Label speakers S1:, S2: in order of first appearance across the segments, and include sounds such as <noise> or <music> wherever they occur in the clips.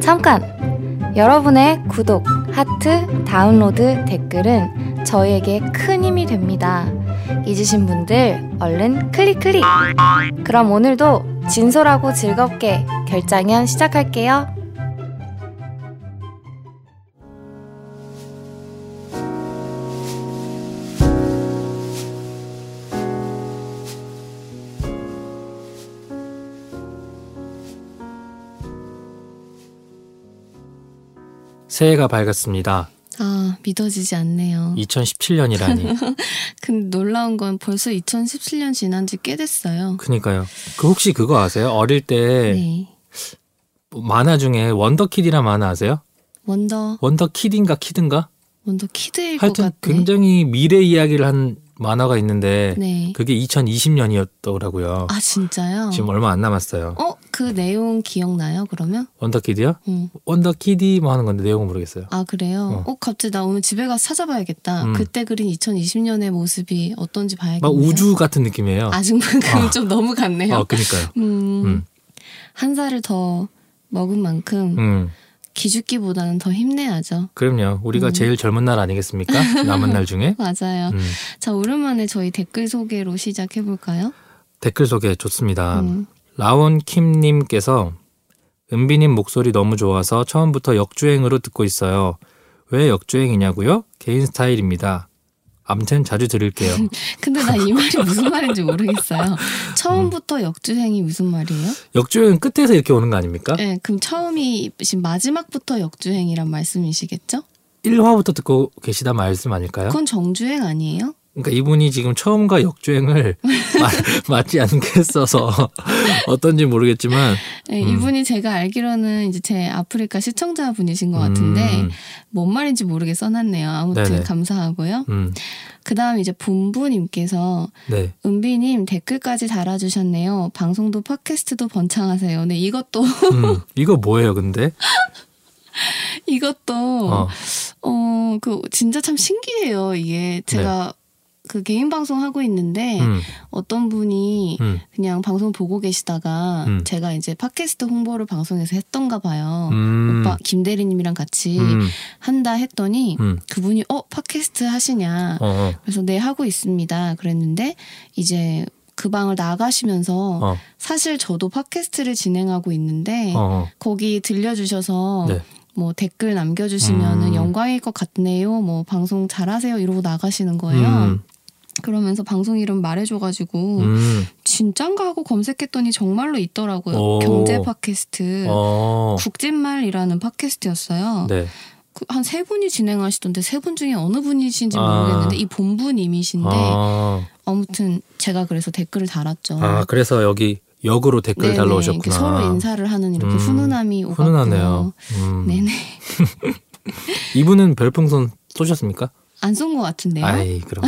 S1: 잠깐! 여러분의 구독, 하트, 다운로드, 댓글은 저희에게 큰 힘이 됩니다. 잊으신 분들 얼른 클릭 클릭! 그럼 오늘도 진솔하고 즐겁게 결장연 시작할게요.
S2: 새해가 밝았습니다.
S3: 아, 믿어지지 않네요. <laughs>
S2: 2017년이라니.
S3: 근데 놀라운 건 벌써 2017년 지난 지 꽤 됐어요.
S2: 그니까요. 그 혹시 그거 아세요? 어릴 때
S3: 네.
S2: 만화 중에 원더키드란 만화 아세요?
S3: 원더,
S2: 원더키드인가 키든가?
S3: 원더 키드일 것
S2: 하여튼
S3: 같네.
S2: 굉장히 미래 이야기를 한 만화가 있는데
S3: 네.
S2: 그게 2020년이었더라고요.
S3: 아, 진짜요?
S2: 그 지금 얼마 안 남았어요.
S3: 어, 그 내용 기억나요, 그러면?
S2: 원더키드요?
S3: 응.
S2: 원더키디 뭐 하는 건데 내용은 모르겠어요.
S3: 아, 그래요?
S2: 어.
S3: 어, 갑자기 나 오늘 집에 가서 찾아봐야겠다.
S2: 음.
S3: 그때 그린 2020년의 모습이 어떤지 봐야겠네요.
S2: 막 우주 같은 느낌이에요.
S3: 아, 정말
S2: 아.
S3: 좀 너무 같네요.
S2: 어, 그니까요.
S3: 음,
S2: 음.
S3: 한 살을 더 먹은 만큼
S2: 음.
S3: 기죽기보다는 더 힘내야죠.
S2: 그럼요. 우리가
S3: 음. 어.
S2: 제일 젊은 날 아니겠습니까? 남은 날
S3: <laughs>
S2: 중에.
S3: 맞아요.
S2: 음.
S3: 자, 오랜만에 저희 댓글 소개로 시작해볼까요?
S2: 댓글 소개 좋습니다.
S3: 음.
S2: 라온 킴님께서 은비님 목소리 너무 좋아서 처음부터 역주행으로 듣고 있어요. 왜 역주행이냐고요? 개인 스타일입니다. 암튼 자주 들을게요.
S3: <laughs> 근데 나 이 말이 무슨 말인지 모르겠어요. 처음부터 역주행이 무슨 말이에요?
S2: 역주행은 끝에서 이렇게 오는 거 아닙니까?
S3: 네, 그럼 처음이 지금 마지막부터 역주행이란
S2: 어?
S3: 말씀이시겠죠?
S2: 1화부터 듣고 계시다 말씀 아닐까요?
S3: 그건 정주행 아니에요?
S2: 그러니까 이분이 지금 처음과 역주행을
S3: <laughs>
S2: 마- 맞지 않겠어서 <laughs> 어떤지 모르겠지만
S3: 네,
S2: 음.
S3: 이분이 제가 알기로는 이제 제 아프리카 시청자분이신 것 같은데
S2: 음,
S3: 뭔 말인지 모르게 써놨네요. 아무튼
S2: 네네.
S3: 감사하고요.
S2: 음,
S3: 그다음 이제 본부님께서
S2: 네.
S3: 은비님 댓글까지 달아주셨네요. 방송도 팟캐스트도 번창하세요. 네, 이것도 <laughs>
S2: 음. 이거 뭐예요, 근데?
S3: 이것도
S2: 어,
S3: 어, 그 진짜 참 신기해요. 이게 제가 그 개인 방송 하고 있는데
S2: 네. 음,
S3: 어떤 분이
S2: 음,
S3: 그냥 방송 보고 계시다가
S2: 음.
S3: 제가 이제 팟캐스트 홍보를 방송에서 했던가 봐요.
S2: 음,
S3: 어, 오빠 네. 김대리님이랑 같이
S2: 음,
S3: 한다 했더니
S2: 음,
S3: 그분이 어 팟캐스트 하시냐?
S2: 어, 어,
S3: 그래서 네 하고 있습니다. 그랬는데 이제 그 방을 나가시면서
S2: 어,
S3: 사실 저도 팟캐스트를 진행하고 있는데
S2: 어, 어.
S3: 거기 들려주셔서
S2: 네.
S3: 뭐 댓글 남겨주시면은
S2: 음.
S3: 영광일 것 같네요. 뭐 방송 잘하세요 이러고 나가시는 거예요. 그,
S2: 음,
S3: 그러면서 방송 이름 말해줘가지고
S2: 음.
S3: 진짠가 하고 검색했더니 정말로 있더라고요.
S2: 오.
S3: 경제 팟캐스트.
S2: 어.
S3: 국진말이라는 그 팟캐스트였어요. 그
S2: 네.
S3: 한 세 분이 진행하시던데 세 분 중에 어느 분이신지
S2: 아.
S3: 모르겠는데 이 본부님이신데
S2: 아.
S3: 아무튼 제가 그래서 댓글을 달았죠.
S2: 아, 그래서 여기 역으로 댓글
S3: 어. 네네.
S2: 달러
S3: 이렇게
S2: 오셨구나.
S3: 서로 인사를 하는 이렇게
S2: 음.
S3: 훈훈함이 오갔고요.
S2: 훈훈하네요. 음.
S3: 네네
S2: 이분은 별풍선 쏘셨습니까?
S3: 안 쏜 것 같은데요.
S2: 아이,
S3: <laughs>
S2: 그럼.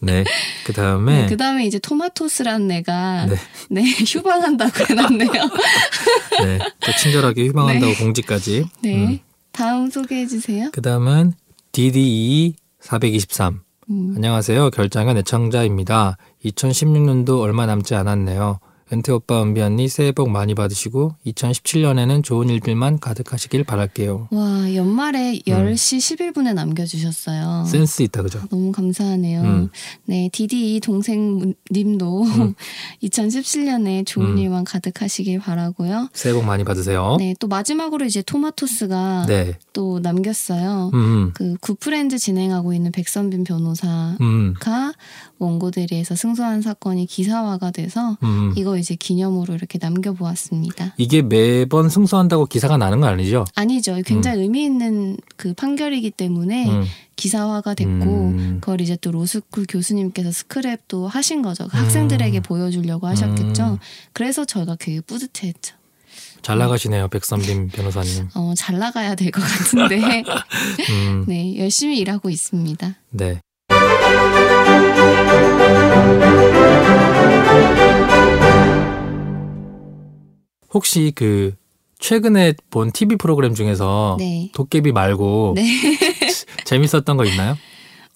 S2: 네. 그 다음에
S3: 그 다음에 이제 토마토스란 애가
S2: 네.
S3: 네, <laughs> 휴방한다고
S2: <laughs>
S3: 해놨네요.
S2: 네. 또 친절하게 휴방한다고 공지까지.
S3: 그 네.
S2: 음.
S3: 다음 소개해 주세요.
S2: 그 다음은 DDE 423.
S3: 음.
S2: 안녕하세요. 결장한 애청자입니다. 2016년도 얼마 남지 않았네요. 은퇴 오빠, 은비 언니 새해 복 많이 받으시고 2017년에는 좋은 일들만 가득하시길 바랄게요.
S3: 와
S2: 음.
S3: 연말에 10시 11분에 남겨주셨어요.
S2: 센스 있다 그죠?
S3: 너무 감사하네요.
S2: 음.
S3: 네, 디디 동생님도 <laughs> 2017년에 좋은
S2: 음.
S3: 일만 가득하시길 바라고요.
S2: 새해 복 많이 받으세요.
S3: 네, 또 마지막으로 이제 토마토스가
S2: 네.
S3: 또 남겼어요.
S2: 음.
S3: 그 굿프렌즈 진행하고 있는 백선빈 변호사.
S2: 음.
S3: 가 원고 대리에서 승소한 사건이 기사화가 돼서
S2: 음.
S3: 이거 이제 기념으로 이렇게 남겨보았습니다.
S2: 이게 매번 승소한다고 기사가 나는 건 아니죠?
S3: 아니죠. 굉장히 의미 있는 그 판결이기 때문에
S2: 음.
S3: 기사화가 네. 됐고
S2: 음.
S3: 그걸 이제 또 로스쿨 교수님께서 스크랩도 하신 거죠. 그 학생들에게 보여주려고 하셨겠죠.
S2: 음.
S3: 그래서 저희가 되게 뿌듯해했죠.
S2: 잘 나가시네요, 백선빈 변호사님.
S3: 어, 잘 나가야 될 것
S2: <laughs>
S3: 같은데
S2: 음.
S3: 네 열심히 일하고 있습니다.
S2: 네. 혹시 그 최근에 본 TV 프로그램 중에서
S3: 네.
S2: 도깨비 말고
S3: 네.
S2: <laughs> 재밌었던 거 있나요?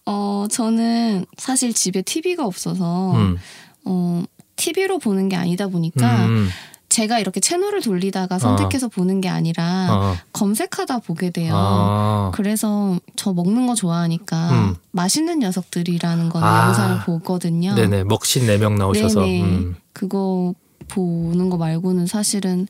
S3: 어 저는 사실 집에 TV가 없어서
S2: 음.
S3: 어, TV로 보는 게 아니다 보니까
S2: 음,
S3: 제가 이렇게 채널을 돌리다가 선택해서 보는 게 아니라
S2: 어.
S3: 검색하다 보게 돼요.
S2: 아,
S3: 그래서 저 먹는 거 좋아하니까
S2: 음.
S3: 맛있는 녀석들이라는 건
S2: 아.
S3: 영상을 보거든요.
S2: 네네 먹신 네 명 나오셔서
S3: 네네.
S2: 음,
S3: 그거 보는 거 말고는 사실은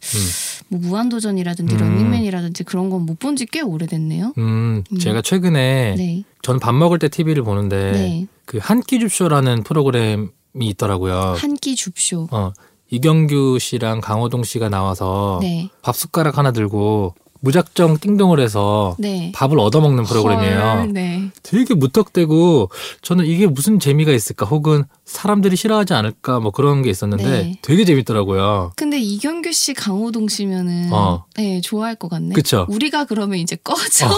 S3: 뭐 무한도전이라든지
S2: 음.
S3: 런닝맨이라든지 그런 건 못 본 지 꽤 오래됐네요.
S2: 음,
S3: 음.
S2: 제가 최근에
S3: 네.
S2: 저는 밥 먹을 때 TV를 보는데
S3: 네.
S2: 그 한 끼 줍쇼라는 프로그램이 있더라고요.
S3: 한 끼 줍쇼.
S2: 어, 이경규 씨랑 강호동 씨가 나와서
S3: 네.
S2: 밥 숟가락 하나 들고 무작정 띵동을 해서
S3: 네.
S2: 밥을 얻어먹는 프로그램이에요.
S3: 헐, 네.
S2: 되게 무턱대고 저는 이게 무슨 재미가 있을까 혹은 사람들이 싫어하지 않을까 뭐 그런 게 있었는데
S3: 네.
S2: 되게 재밌더라고요.
S3: 근데 이경규 씨, 강호동 씨면은
S2: 어.
S3: 네, 좋아할 것 같네.
S2: 그쵸? 어.
S3: 우리가 그러면 이제 꺼져.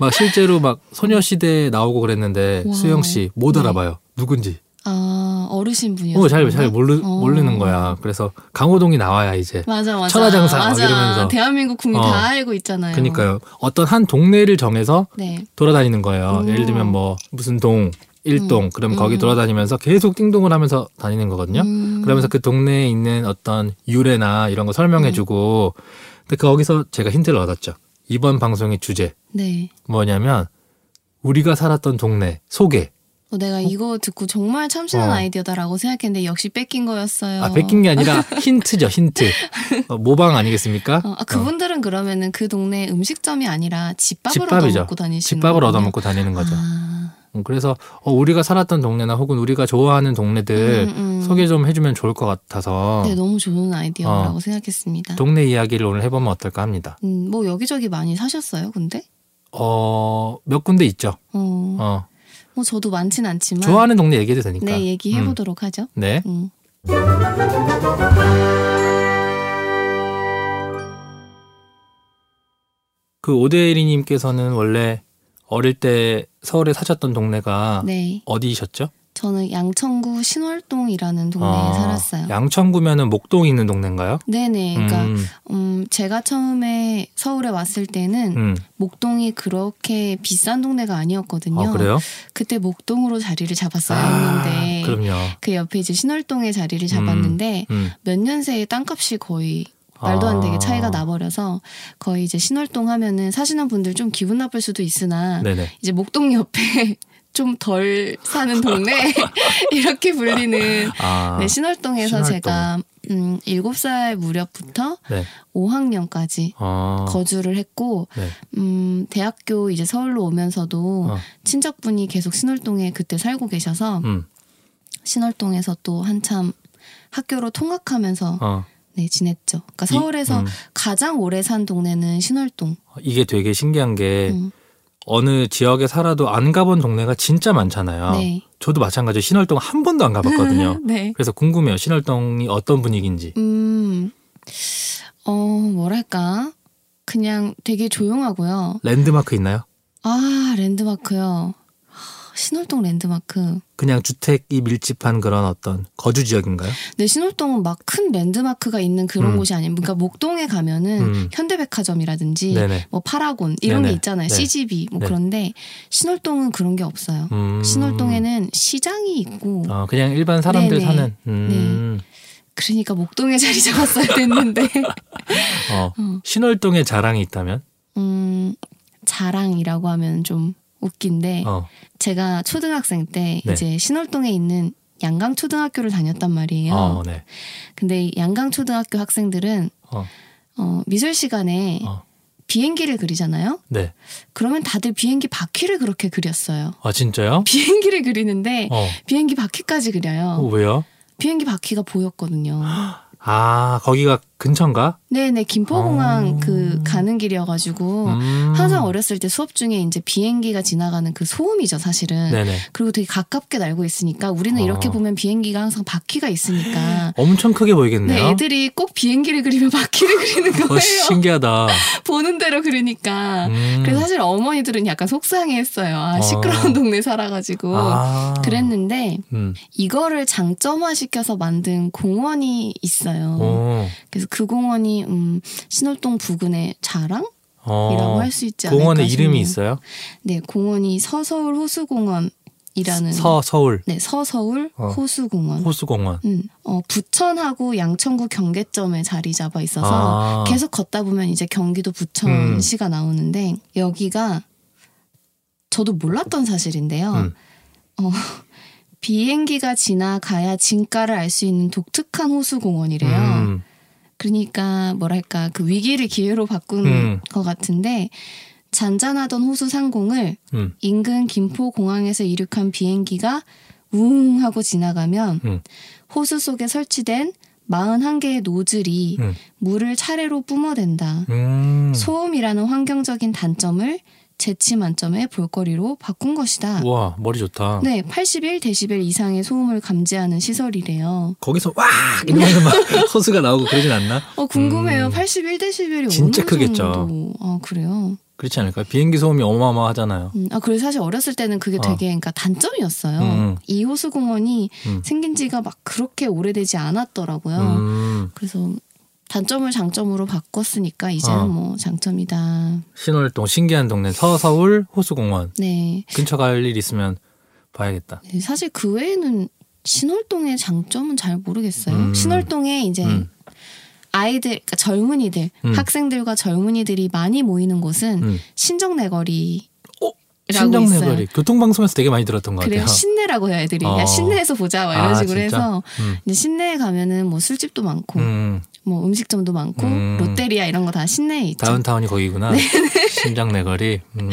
S2: 막 실제로 막 소녀시대에 나오고 그랬는데
S3: 와우.
S2: 수영 씨 못
S3: 네.
S2: 알아봐요. 누군지.
S3: 아, 어르신 분이요.
S2: 어, 잘, 잘 모르,
S3: 어.
S2: 모르는 거야. 그래서 강호동이 나와야 이제.
S3: 맞아, 맞아.
S2: 천하장사 막
S3: 맞아.
S2: 이러면서.
S3: 대한민국 국민
S2: 어.
S3: 다 알고 있잖아요.
S2: 그러니까요. 어떤 한 동네를 정해서
S3: 네.
S2: 돌아다니는 거예요.
S3: 음.
S2: 예를 들면 뭐 무슨 동, 일동,
S3: 음.
S2: 그럼 거기
S3: 음.
S2: 돌아다니면서 계속 띵동을 하면서 다니는 거거든요.
S3: 음.
S2: 그러면서 그 동네에 있는 어떤 유래나 이런 거 설명해주고,
S3: 음.
S2: 근데 거기서 제가 힌트를 얻었죠. 이번 방송의 주제
S3: 네.
S2: 뭐냐면 우리가 살았던 동네 소개.
S3: 어, 내가 이거 듣고 정말 참신한
S2: 어.
S3: 아이디어다라고 생각했는데 역시 뺏긴 거였어요.
S2: 아 뺏긴 게
S3: <laughs>
S2: 아니라 힌트죠 힌트. 어, 모방 아니겠습니까?
S3: 어, 아,
S2: 어,
S3: 그분들은 그러면은 그 동네 음식점이 아니라 집밥을
S2: 집밥이죠.
S3: 얻어먹고 다니시는
S2: 집밥을
S3: 거군요.
S2: 얻어먹고 다니는 거죠.
S3: 아,
S2: 음, 그래서 어, 우리가 살았던 동네나 혹은 우리가 좋아하는 동네들
S3: 음, 음.
S2: 소개 좀 해주면 좋을 것 같아서
S3: 네, 너무 좋은 아이디어라고 생각했습니다.
S2: 동네 이야기를 오늘 해보면 어떨까 합니다.
S3: 음, 뭐 여기저기 많이 사셨어요, 근데?
S2: 어, 몇 군데 있죠.
S3: 어,
S2: 어,
S3: 뭐 저도 많진 않지만
S2: 좋아하는 동네 얘기해도 되니까.
S3: 네, 얘기해 보도록 하죠.
S2: 음, 네.
S3: 음.
S2: 그 오데이리님께서는 원래 어릴 때 서울에 사셨던 동네가
S3: 네.
S2: 어디셨죠?
S3: 저는 양천구 신월동이라는 동네에
S2: 아,
S3: 살았어요.
S2: 양천구면은 목동 있는 동네인가요?
S3: 네네. 그러니까 음.
S2: 음,
S3: 제가 처음에 서울에 왔을 때는
S2: 음.
S3: 목동이 그렇게 비싼 동네가 아니었거든요.
S2: 어, 그래요?
S3: 그때 목동으로 자리를 잡았어야
S2: 아,
S3: 했는데
S2: 그럼요.
S3: 그 옆에 이제 신월동에 자리를 잡았는데
S2: 음.
S3: 몇 년 새에 땅값이 거의 말도 안 되게
S2: 아.
S3: 차이가 나버려서 거의 이제 신월동 하면은 사시는 분들 좀 기분 나쁠 수도 있으나
S2: 네네.
S3: 이제 목동 옆에 <laughs> 좀 덜
S2: <laughs>
S3: 사는 동네 <laughs> 이렇게 불리는
S2: 아,
S3: 네, 신월동에서
S2: 신월동.
S3: 제가 음 7살 무렵부터
S2: 네.
S3: 5학년까지
S2: 어,
S3: 거주를 했고
S2: 네.
S3: 음, 대학교 이제 서울로 오면서도
S2: 어.
S3: 친척분이 계속 신월동에 그때 살고 계셔서
S2: 음,
S3: 신월동에서 또 한참 학교로 통학하면서
S2: 어.
S3: 네, 지냈죠. 그러니까
S2: 이-
S3: 서울에서
S2: 음.
S3: 가장 오래 산 동네는 신월동.
S2: 이게 되게 신기한 게
S3: 음,
S2: 어느 지역에 살아도 안 가본 동네가 진짜 많잖아요.
S3: 네.
S2: 저도 마찬가지로 신월동 한 번도 안
S3: <laughs>
S2: 가봤거든요.
S3: 네.
S2: 그래서 궁금해요. 신월동이 어떤 분위기인지.
S3: 음, 어, 뭐랄까. 그냥 되게 조용하고요.
S2: 랜드마크 있나요?
S3: 아, 랜드마크요. 하, 신월동 랜드마크.
S2: 그냥 주택이 밀집한 그런 어떤 거주 지역인가요?
S3: 네, 신월동은 막 큰 랜드마크가 있는 그런
S2: 음.
S3: 곳이 아니에요. 그러니까 목동에 가면은
S2: 음.
S3: 현대백화점이라든지
S2: 네네.
S3: 뭐 파라곤 이런
S2: 네네.
S3: 게 있잖아요.
S2: 네.
S3: CGV 뭐
S2: 네.
S3: 그런데 신월동은 그런 게 없어요.
S2: 음.
S3: 신월동에는 시장이 있고
S2: 어, 그냥 일반 사람들
S3: 네네.
S2: 사는. 음.
S3: 그러니까 목동에 <laughs> 자리
S2: <laughs>
S3: 잡았어야 됐는데
S2: 어.
S3: 어.
S2: 신월동에 자랑이 있다면?
S3: 음, 자랑이라고 하면 좀 웃긴데
S2: 어.
S3: 제가 초등학생 때
S2: 네.
S3: 이제 신월동에 있는 양강 초등학교를 다녔단 말이에요.
S2: 어, 네.
S3: 근데 이 양강 초등학교 학생들은
S2: 어.
S3: 어, 미술 시간에
S2: 어.
S3: 비행기를 그리잖아요.
S2: 네.
S3: 그러면 다들 비행기 바퀴를 그렇게 그렸어요.
S2: 아, 진짜요?
S3: 비행기를 그리는데
S2: 어.
S3: 비행기 바퀴까지 그려요.
S2: 어, 왜요?
S3: 비행기 바퀴가 보였거든요.
S2: 아, 거기가 근처인가?
S3: 네네 김포공항
S2: 어.
S3: 그 가는 길이어가지고
S2: 음.
S3: 항상 어렸을 때 수업 중에 이제 비행기가 지나가는 그 소음이죠 사실은.
S2: 네네.
S3: 그리고 되게 가깝게 날고 있으니까 우리는
S2: 어.
S3: 이렇게 보면 비행기가 항상 바퀴가 있으니까.
S2: 엄청 크게 보이겠네요.
S3: 네, 애들이 꼭 비행기를 그리면 바퀴를 그리는
S2: <laughs> 어,
S3: 거예요. <laughs>
S2: 신기하다.
S3: 보는 대로 그리니까.
S2: 음.
S3: 그래서 사실 어머니들은 약간 속상해했어요. 아, 시끄러운
S2: 어.
S3: 동네 살아가지고.
S2: 아.
S3: 뭐 그랬는데
S2: 음.
S3: 이거를 장점화시켜서 만든 공원이 있어요.
S2: 오.
S3: 그래서 그 공원이 음, 신월동 부근의 자랑이라고
S2: 어.
S3: 할 수 있지 않을까
S2: 공원에 이름이
S3: 싶네요.
S2: 있어요?
S3: 네, 공원이 서서울 호수공원이라고 이라는
S2: 서 서울
S3: 네, 서서울
S2: 어.
S3: 호수공원.
S2: 호수공원.
S3: 음, 어, 부천하고 양천구 경계점에 자리 잡아 있어서
S2: 아,
S3: 계속 걷다 보면 이제 경기도
S2: 음.
S3: 부천시가 나오는데 여기가 저도 몰랐던 사실인데요.
S2: 음.
S3: 어, <laughs> 비행기가 지나가야 진가를 알 수 있는 독특한 호수공원이래요.
S2: 음,
S3: 그러니까 뭐랄까 그 위기를 기회로 바꾼
S2: 음.
S3: 것 같은데 잔잔하던 호수 상공을
S2: 음.
S3: 인근 김포공항에서 이륙한 비행기가 우웅 하고 지나가면
S2: 음.
S3: 호수 속에 설치된 41개의 노즐이
S2: 음.
S3: 물을 차례로 뿜어댄다.
S2: 음.
S3: 소음이라는 환경적인 단점을 재치 만점의 볼거리로 바꾼 것이다.
S2: 우와 머리 좋다.
S3: 네, 81데시벨 이상의 소음을 감지하는 시설이래요.
S2: 거기서 와 이러면서 막 <laughs> 호수가 나오고 그러진 않나?
S3: 어 궁금해요.
S2: 음.
S3: 81데시벨이
S2: 진짜
S3: 어느
S2: 크겠죠.
S3: 정도? 아 그래요.
S2: 그렇지 않을까요? 비행기 소음이 어마어마하잖아요.
S3: 음, 아 그래서 사실 어렸을 때는 그게
S2: 어.
S3: 되게 그러니까 단점이었어요.
S2: 음.
S3: 이 호수공원이
S2: 음.
S3: 생긴 지가 막 그렇게 오래되지 않았더라고요.
S2: 음,
S3: 그래서 단점을 장점으로 바꿨으니까 이제는
S2: 어.
S3: 뭐 장점이다.
S2: 신월동 신기한 동네 서서울 호수공원
S3: 네.
S2: 근처 갈 일 있으면 봐야겠다.
S3: 네, 사실 그 외에는 신월동의 장점은 잘 모르겠어요.
S2: 음.
S3: 신월동에 이제
S2: 음.
S3: 아이들, 그러니까 젊은이들,
S2: 음.
S3: 학생들과 젊은이들이 많이 모이는 곳은
S2: 음.
S3: 신정내거리.
S2: 어?
S3: 라고 있어요.
S2: 신정내거리 교통방송에서 되게 많이 들었던 것
S3: 그래요.
S2: 같아요.
S3: 신내라고 해요, 애들이. 야,
S2: 어.
S3: 신내에서 보자. 막 이런
S2: 아,
S3: 식으로
S2: 진짜?
S3: 해서.
S2: 음.
S3: 이제 신내에 가면은 뭐 술집도 많고,
S2: 음,
S3: 뭐 음식점도 많고,
S2: 음.
S3: 롯데리아 이런 거 다 신내에 있죠.
S2: 다운타운이
S3: 네,
S2: 거기구나. 신장내거리. 음.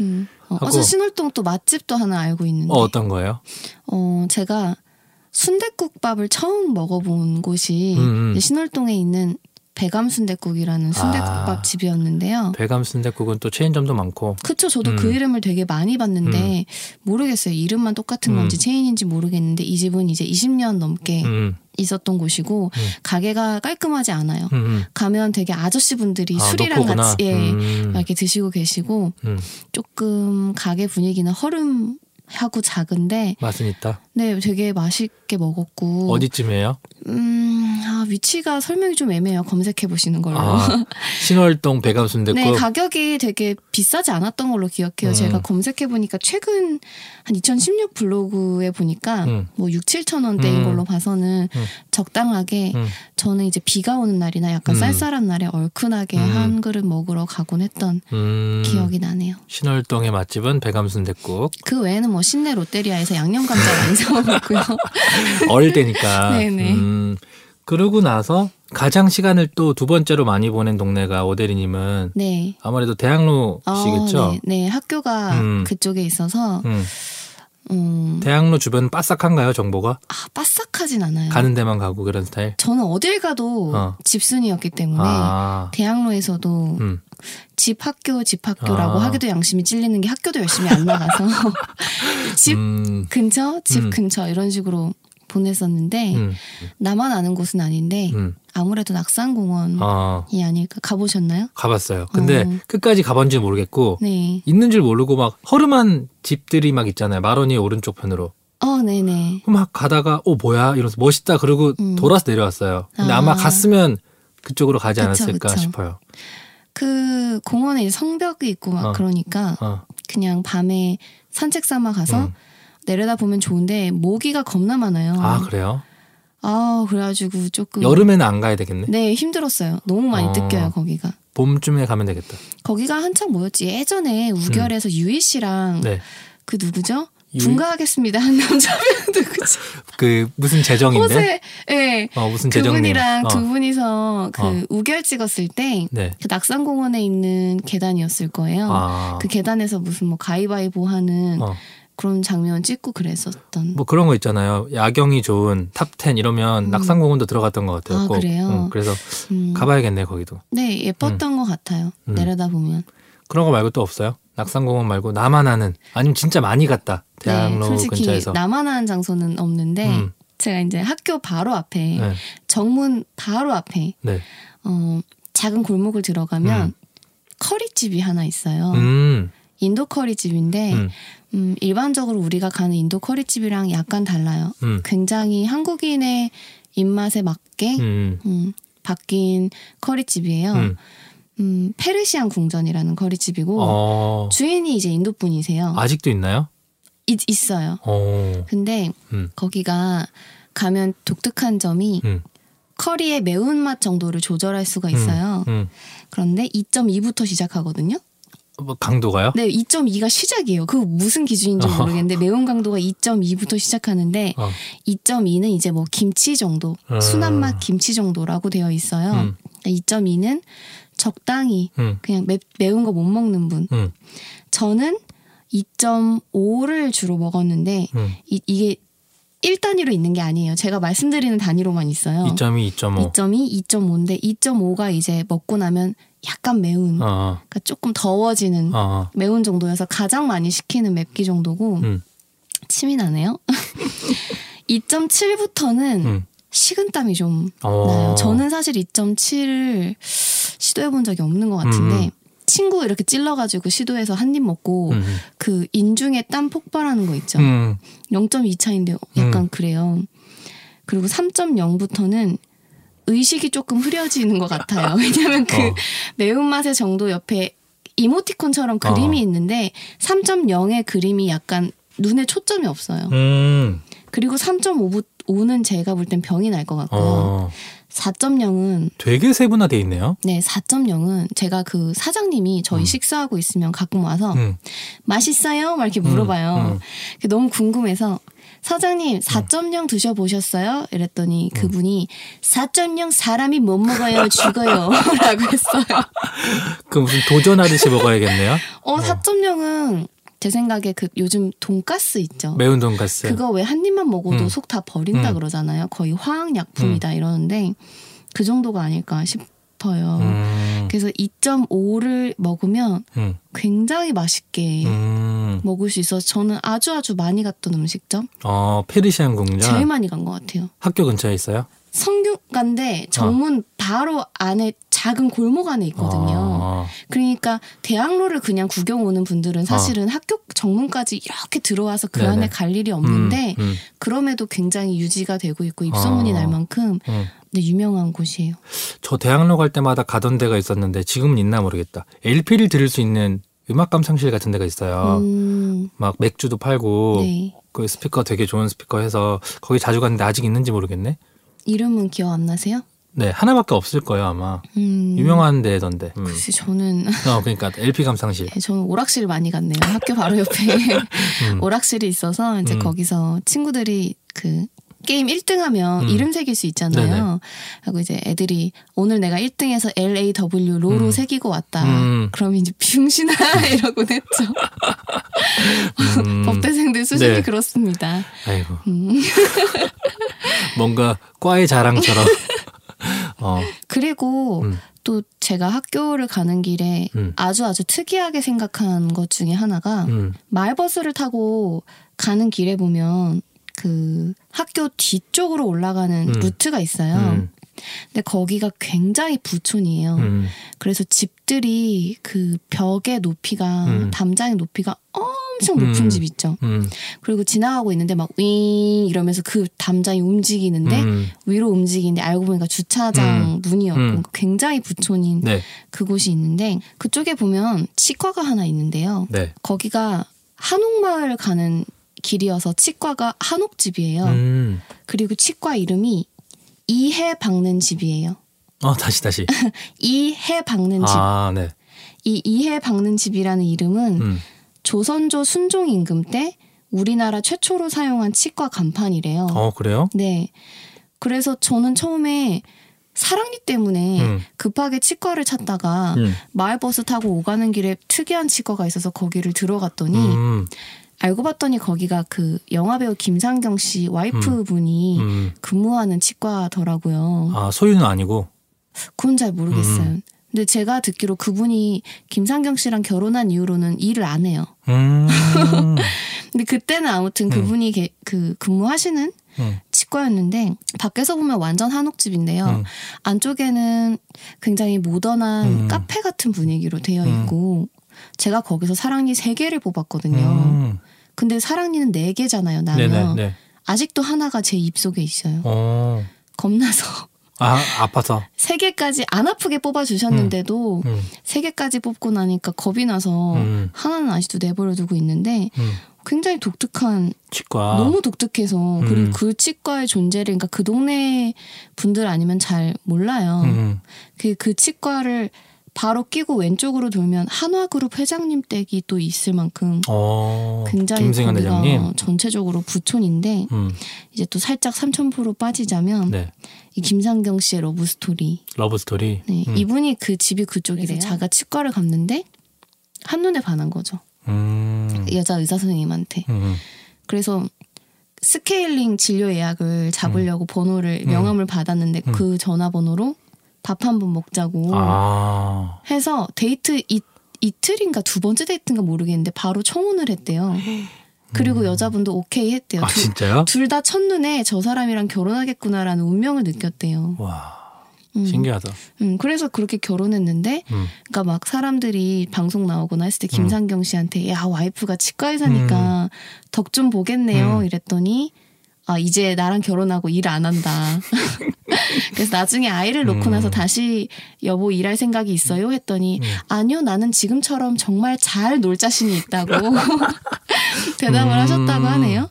S3: 음. 어,
S2: 하고.
S3: 그래서 신월동 또 맛집도 하나 알고 있는데.
S2: 어 어떤 거예요?
S3: 어, 제가 순댓국밥을 처음 먹어본 곳이
S2: 음, 음.
S3: 이제 신월동에 있는 배감 순댓국이라는 순댓국밥
S2: 아.
S3: 집이었는데요.
S2: 배감 순대국은 또 체인점도 많고.
S3: 그쵸, 저도 그
S2: 음.
S3: 이름을 되게 많이 봤는데 모르겠어요. 이름만 똑같은 건지
S2: 음.
S3: 체인인지 모르겠는데 이 집은 이제 20년 넘게
S2: 음,
S3: 있었던 곳이고
S2: 음.
S3: 가게가 깔끔하지 않아요.
S2: 음, 음.
S3: 가면 되게 아저씨분들이 술이랑
S2: 노코구나.
S3: 같이 예,
S2: 음,
S3: 막 이렇게 드시고 계시고
S2: 음.
S3: 조금 가게 분위기는 허름하고 작은데
S2: 맛은 있다.
S3: 네 되게 맛있게 먹었고
S2: 어디쯤이에요?
S3: 음, 아, 위치가 설명이 좀 애매해요. 검색해 보시는 걸로.
S2: 아, 신월동 배감 순대국.
S3: 네, 가격이 되게 비싸지 않았던 걸로 기억해요.
S2: 음.
S3: 제가 검색해 보니까 최근 한 2016 블로그에 보니까
S2: 음.
S3: 뭐 6, 7천 원대인
S2: 음.
S3: 걸로 봐서는
S2: 음.
S3: 적당하게
S2: 음.
S3: 저는 이제 비가 오는 날이나 약간
S2: 음.
S3: 쌀쌀한 날에 얼큰하게
S2: 음.
S3: 한 그릇 먹으러 가곤 했던
S2: 음,
S3: 기억이 나네요.
S2: 신월동의 맛집은 배감 순대국.
S3: 그 외에는 뭐 신내 롯데리아에서 양념 감자
S2: <laughs>
S3: 많이 사 먹었고요.
S2: 어릴 때니까.
S3: <laughs> 네네.
S2: 음, 그러고 나서 가장 시간을 또 두 번째로 많이 보낸 동네가 오대리님은
S3: 네.
S2: 아무래도 대학로시겠죠.
S3: 네, 네, 학교가
S2: 음.
S3: 그쪽에 있어서
S2: 음,
S3: 음,
S2: 대학로 주변 빠삭한가요 정보가?
S3: 아, 바싹하진 않아요.
S2: 가는 데만 가고 그런 스타일.
S3: 저는 어딜 가도
S2: 어.
S3: 집순이였기 때문에
S2: 아,
S3: 대학로에서도
S2: 음,
S3: 집 학교 집 학교라고
S2: 아.
S3: 하기도 양심이 찔리는 게 학교도 열심히 안 나가서
S2: <laughs>
S3: 집
S2: 음,
S3: 근처 집
S2: 음.
S3: 근처 이런 식으로 보냈었는데
S2: 음,
S3: 나만 아는 곳은 아닌데
S2: 음,
S3: 아무래도 낙산공원이
S2: 아,
S3: 아닐까 가보셨나요?
S2: 가봤어요. 근데
S3: 어.
S2: 끝까지 가본지 모르겠고
S3: 네.
S2: 있는 줄 모르고 막 허름한 집들이 막 있잖아요. 마로니 오른쪽 편으로.
S3: 어, 네네.
S2: 그럼 막 가다가 오 뭐야 이러면서 멋있다 그러고
S3: 음.
S2: 돌아서 내려왔어요. 근데
S3: 아.
S2: 아. 마 갔으면 그쪽으로 가지
S3: 그쵸,
S2: 않았을까
S3: 그쵸.
S2: 싶어요.
S3: 그 공원에 이제 성벽이 있고 막
S2: 어.
S3: 그러니까
S2: 어,
S3: 그냥 밤에 산책 삼아 가서
S2: 음.
S3: 내려다 보면 좋은데 모기가 겁나 많아요.
S2: 아 그래요?
S3: 아 그래가지고 조금
S2: 여름에는 안 가야 되겠네.
S3: 네 힘들었어요. 너무 많이
S2: 어.
S3: 뜯겨요 거기가.
S2: 봄쯤에 가면 되겠다.
S3: 거기가 한창 뭐였지? 예전에 우결에서 유희 씨랑
S2: 음. 네.
S3: 그 누구죠?
S2: 유희?
S3: 분가하겠습니다 <laughs> 한 남자 배우 누구죠?
S2: 그 무슨 재정인데?
S3: 호세 예.
S2: 어 무슨 재정님.
S3: 그분이랑
S2: 어.
S3: 두 분이서 그
S2: 어.
S3: 우결 찍었을 때 그
S2: 네.
S3: 낙산공원에 있는 계단이었을 거예요.
S2: 아.
S3: 그 계단에서 무슨 뭐 가위바위보 하는
S2: 어.
S3: 그런 장면 찍고 그랬었던.
S2: 뭐 그런 거 있잖아요. 야경이 좋은 탑10 이러면
S3: 음.
S2: 낙산공원도 들어갔던 것 같아요.
S3: 아,
S2: 꼭.
S3: 그래요?
S2: 음, 그래서
S3: 음.
S2: 가봐야겠네 거기도.
S3: 네 예뻤던 것 같아요.
S2: 음.
S3: 내려다 보면. 네,
S2: 그런 거 말고 또 없어요? 낙산공원 말고 나만 아는 아니면 진짜 많이 갔다 대학로
S3: 네, 솔직히
S2: 근처에서.
S3: 나만 네. 아는 장소는 없는데
S2: 음,
S3: 제가 이제 학교 바로 앞에
S2: 네.
S3: 정문 바로 앞에
S2: 네.
S3: 어, 작은 골목을 들어가면
S2: 음.
S3: 커리집이 하나 있어요.
S2: 음.
S3: 인도 커리집인데
S2: 음.
S3: 음, 일반적으로 우리가 가는 인도 커리집이랑 약간 달라요.
S2: 음.
S3: 굉장히 한국인의 입맛에 맞게
S2: 음.
S3: 음, 바뀐 커리집이에요.
S2: 음.
S3: 음, 페르시안 궁전이라는 커리집이고
S2: 어. 아.
S3: 주인이 이제 인도 분이세요.
S2: 아직도 있나요?
S3: 있, 있어요. 네.
S2: 어.
S3: 근데
S2: 음.
S3: 거기가 가면 독특한 점이
S2: 음.
S3: 커리의 매운맛 정도를 조절할 수가 있어요.
S2: 음.
S3: 그런데 2.2부터 시작하거든요.
S2: 뭐 강도가요?
S3: 네, 2.2가 시작이에요. 그 무슨 기준인지
S2: 어.
S3: 모르겠는데 매운 강도가 2.2부터 시작하는데
S2: 어.
S3: 2.2는 이제 뭐 김치 정도,
S2: 음.
S3: 순한맛 김치 정도라고 되어 있어요.
S2: 음.
S3: 2.2는 적당히
S2: 음.
S3: 그냥 매, 매운 거 못 먹는 분.
S2: 음.
S3: 저는 2.5를 주로 먹었는데
S2: 음.
S3: 이, 이게 1단위로 있는 게 아니에요. 제가 말씀드리는 단위로만 있어요.
S2: 2.2, 2.5.
S3: 2.2, 2.5인데 2.5가 이제 먹고 나면 약간 매운,
S2: 어, 어,
S3: 그러니까 조금 더워지는
S2: 어, 어.
S3: 매운 정도여서 가장 많이 시키는 맵기 정도고
S2: 음.
S3: 침이 나네요. <laughs> 2.7부터는
S2: 음.
S3: 식은땀이 좀
S2: 어.
S3: 나요. 저는 사실 2.7을 시도해본 적이 없는 것 같은데
S2: 음.
S3: 친구 이렇게 찔러가지고 시도해서 한 입 먹고
S2: 음.
S3: 그 인중에 땀 폭발하는 거 있죠.
S2: 음.
S3: 0.2 차인데 약간 그래요. 그리고 3.0부터는 의식이 조금 흐려지는 것
S2: <laughs>
S3: 같아요. 왜냐면 그
S2: 어.
S3: 매운맛의 정도 옆에 이모티콘처럼 그림이
S2: 어.
S3: 있는데 3.0의 그림이 약간 눈에 초점이 없어요.
S2: 음.
S3: 그리고 3.5는 제가 볼 땐 병이 날 것 같고요.
S2: 어.
S3: 4.0은
S2: 되게 세분화돼 있네요.
S3: 네, 4.0은 제가 그 사장님이 저희
S2: 음.
S3: 식사하고 있으면 가끔 와서
S2: 음.
S3: 맛있어요? 막 이렇게
S2: 음,
S3: 물어봐요.
S2: 음.
S3: 그게 너무 궁금해서 사장님 4.0 드셔보셨어요? 이랬더니
S2: 음.
S3: 그분이 4.0 사람이 못 먹어요 죽어요 <laughs> 라고 했어요.
S2: 그 무슨 도전하듯이 먹어야겠네요.
S3: <laughs> 어 4.0은 제 생각에 그 요즘 돈가스 있죠.
S2: 매운 돈가스.
S3: 그거 왜 한 입만 먹어도
S2: 네. 음.
S3: 속 다 버린다
S2: 음.
S3: 그러잖아요. 거의 화학약품이다 이러는데 그 정도가 아닐까 싶어요.
S2: 음.
S3: 그래서 2.5를 먹으면
S2: 음.
S3: 굉장히 맛있게
S2: 음.
S3: 먹을 수 있어서 저는 아주 아주 많이 갔던 음식점
S2: 어, 페르시안 공장
S3: 제일 많이 간 것 같아요.
S2: 학교 근처에 있어요?
S3: 성균관대 정문 바로 안에 작은 골목 안에 있거든요.
S2: 어.
S3: 그러니까 대학로를 그냥 구경 오는 분들은 사실은 학교 정문까지 이렇게 들어와서 그
S2: 네네.
S3: 안에 갈 일이 없는데
S2: 음,
S3: 그럼에도 굉장히 유지가 되고 있고 입소문이
S2: 어.
S3: 날 만큼
S2: 음, 음.
S3: 네, 유명한 곳이에요.
S2: 저 대학로 갈 때마다 가던 데가 있었는데 지금은 있나 모르겠다. LP를 들을 수 있는 음악 감상실 같은 데가 있어요.
S3: 음,
S2: 막 맥주도 팔고
S3: 네.
S2: 그 스피커 되게 좋은 스피커 해서 거기 자주 갔는데 아직 있는지 모르겠네.
S3: 이름은 기억 안 나세요?
S2: 네 하나밖에 없을 거예요 아마
S3: 음,
S2: 유명한 데던데. 음.
S3: 글쎄 저는 <laughs>
S2: 어 그러니까 LP 감상실.
S3: 네, 저는 오락실 많이 갔네요. 학교 바로 옆에
S2: <laughs> 음.
S3: 오락실이 있어서 이제
S2: 음.
S3: 거기서 친구들이 그 게임 1등하면
S2: 음.
S3: 이름 새길 수 있잖아요. 하고 이제 애들이 오늘 내가 1등해서 LAW 로로
S2: 음.
S3: 새기고 왔다.
S2: 음.
S3: 그럼 이제 병신아 <laughs> 이러곤 했죠.
S2: 음.
S3: 법대생들 수준이
S2: 네.
S3: 그렇습니다.
S2: 아이고
S3: 음.
S2: <laughs> 뭔가 과의
S3: <laughs>
S2: 자랑처럼. 어,
S3: 그리고
S2: 음.
S3: 또 제가 학교를 가는 길에
S2: 음.
S3: 아주 아주 특이하게 생각한 것 중에 하나가
S2: 음.
S3: 말버스를 타고 가는 길에 보면 그 학교 뒤쪽으로 올라가는
S2: 음.
S3: 루트가 있어요.
S2: 음.
S3: 근데 거기가 굉장히 부촌이에요.
S2: 음.
S3: 그래서 집들이 그 벽의 높이가
S2: 음.
S3: 담장의 높이가 엄청 높은
S2: 음.
S3: 집 있죠.
S2: 음.
S3: 그리고 지나가고 있는데 막 윙 이러면서 그 담장이 움직이는데
S2: 음.
S3: 위로 움직이는데 알고 보니까 주차장 문이었고
S2: 음.
S3: 굉장히 부촌인
S2: 네,
S3: 그곳이 있는데 그쪽에 보면 치과가 하나 있는데요.
S2: 네.
S3: 거기가 한옥마을 가는 길이어서 치과가 한옥집이에요.
S2: 음.
S3: 그리고 치과 이름이 이해 박는 집이에요.
S2: 어 다시 다시.
S3: 이해 박는 음, 집.
S2: 아 네.
S3: 이 이해 박는 집이라는 이름은
S2: 음.
S3: 조선조 순종 임금 때 우리나라 최초로 사용한 치과 간판이래요.
S2: 어 그래요?
S3: 네. 그래서 저는 처음에 사랑니 때문에
S2: 음.
S3: 급하게 치과를 찾다가
S2: 음.
S3: 마을버스 타고 오가는 길에 특이한 치과가 있어서 거기를 들어갔더니
S2: 음.
S3: 알고 봤더니 거기가 그 영화배우 김상경 씨 와이프분이
S2: 음.
S3: 근무하는 치과더라고요.
S2: 아 소유는 아니고.
S3: 그건 잘 모르겠어요.
S2: 음.
S3: 근데 제가 듣기로 그분이 김상경 씨랑 결혼한 이후로는 일을 안 해요. <laughs>
S2: 음.
S3: 근데 그때는 아무튼
S2: 음.
S3: 그분이 게- 그 근무하시는
S2: 음.
S3: 치과였는데 밖에서 보면 완전 한옥집인데요.
S2: 음.
S3: 안쪽에는 굉장히 모던한
S2: 음.
S3: 카페 같은 분위기로 되어
S2: 음.
S3: 있고 제가 거기서 사랑니 3개를 뽑았거든요.
S2: 음.
S3: 근데 사랑니는 4개잖아요, 나면.
S2: 네네네.
S3: 아직도 하나가 제 입속에 있어요.
S2: 어.
S3: 겁나서 <laughs>
S2: 아 아파서.
S3: 세 개 개까지 안 아프게 뽑아주셨는데도
S2: 음,
S3: 세 개까지 뽑고 나니까 겁이 나서
S2: 음,
S3: 하나는 아직도 내버려 두고 있는데
S2: 음.
S3: 굉장히 독특한
S2: 치과.
S3: 너무 독특해서
S2: 아. 음.
S3: 그리고 그 치과의 존재를 그러니까 그 동네 분들 아니면 잘 몰라요.
S2: 음,
S3: 그, 그 치과를 바로 끼고 왼쪽으로 돌면 한화그룹 회장님 댁이 또 있을 만큼
S2: 어,
S3: 굉장히
S2: 김승현
S3: 거기가
S2: 대장님.
S3: 전체적으로 부촌인데
S2: 음,
S3: 이제 또 살짝 삼천포로 빠지자면
S2: 네.
S3: 이 김상경 씨의 러브 스토리.
S2: 러브 스토리.
S3: 네,
S2: 음,
S3: 이분이 그 집이 그쪽이래요.
S1: 그래요?
S3: 자가 치과를 갔는데 한 눈에 반한 거죠.
S2: 음,
S3: 여자 의사 선생님한테.
S2: 음,
S3: 그래서 스케일링 진료 예약을 잡으려고 번호를
S2: 음.
S3: 명함을 받았는데
S2: 음.
S3: 그 전화번호로 밥 한 번 먹자고
S2: 아,
S3: 해서 데이트 이, 이틀인가 두 번째 데이트인가 모르겠는데 바로 청혼을 했대요. 그리고 여자분도 오케이 했대요.
S2: 음. 아 진짜요?
S3: 둘 다 첫눈에 저 사람이랑 결혼하겠구나라는 운명을 느꼈대요.
S2: 와,
S3: 음.
S2: 신기하다.
S3: 음, 그래서 그렇게 결혼했는데,
S2: 음,
S3: 그러니까 막 사람들이 방송 나오거나 했을 때 김상경 씨한테 야 와이프가 치과 의사니까 덕 좀 보겠네요
S2: 음.
S3: 이랬더니 아 이제 나랑 결혼하고 일 안
S2: <laughs>
S3: 한다. 그래서 나중에 아이를 놓고
S2: 음.
S3: 나서 다시 여보 일할 생각이 있어요 했더니
S2: 음.
S3: 아니요 나는 지금처럼 정말 잘 놀 자신이
S2: <laughs>
S3: 있다고 <laughs> 대답을
S2: 음.
S3: 하셨다고 하네요.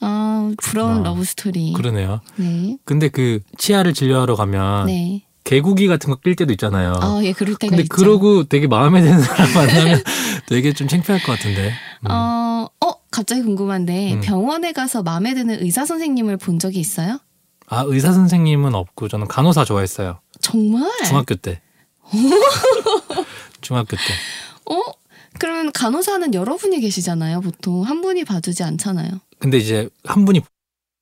S3: 아 부러운
S2: 그렇구나.
S3: 러브 스토리.
S2: 그러네요.
S3: 네.
S2: 근데 그 치아를 진료하러 가면
S3: 네.
S2: 개구기 같은 거 낄 때도 있잖아요.
S3: 아, 예, 그럴 때가
S2: 근데
S3: 있죠.
S2: 그러고 되게 마음에 드는 사람 만나면 되게 좀 창피할 것 같은데. 음.
S3: 어, 어, 갑자기 궁금한데
S2: 음.
S3: 병원에 가서 마음에 드는 의사 선생님을 본 적이 있어요?
S2: 아 의사 선생님은 없고 저는 간호사 좋아했어요.
S3: 정말?
S2: 중학교
S3: <laughs>
S2: 때. 중학교 때.
S3: 어? 그러면 간호사는 여러 분이 계시잖아요. 보통 한 분이 봐주지 않잖아요.
S2: 근데 이제 한 분이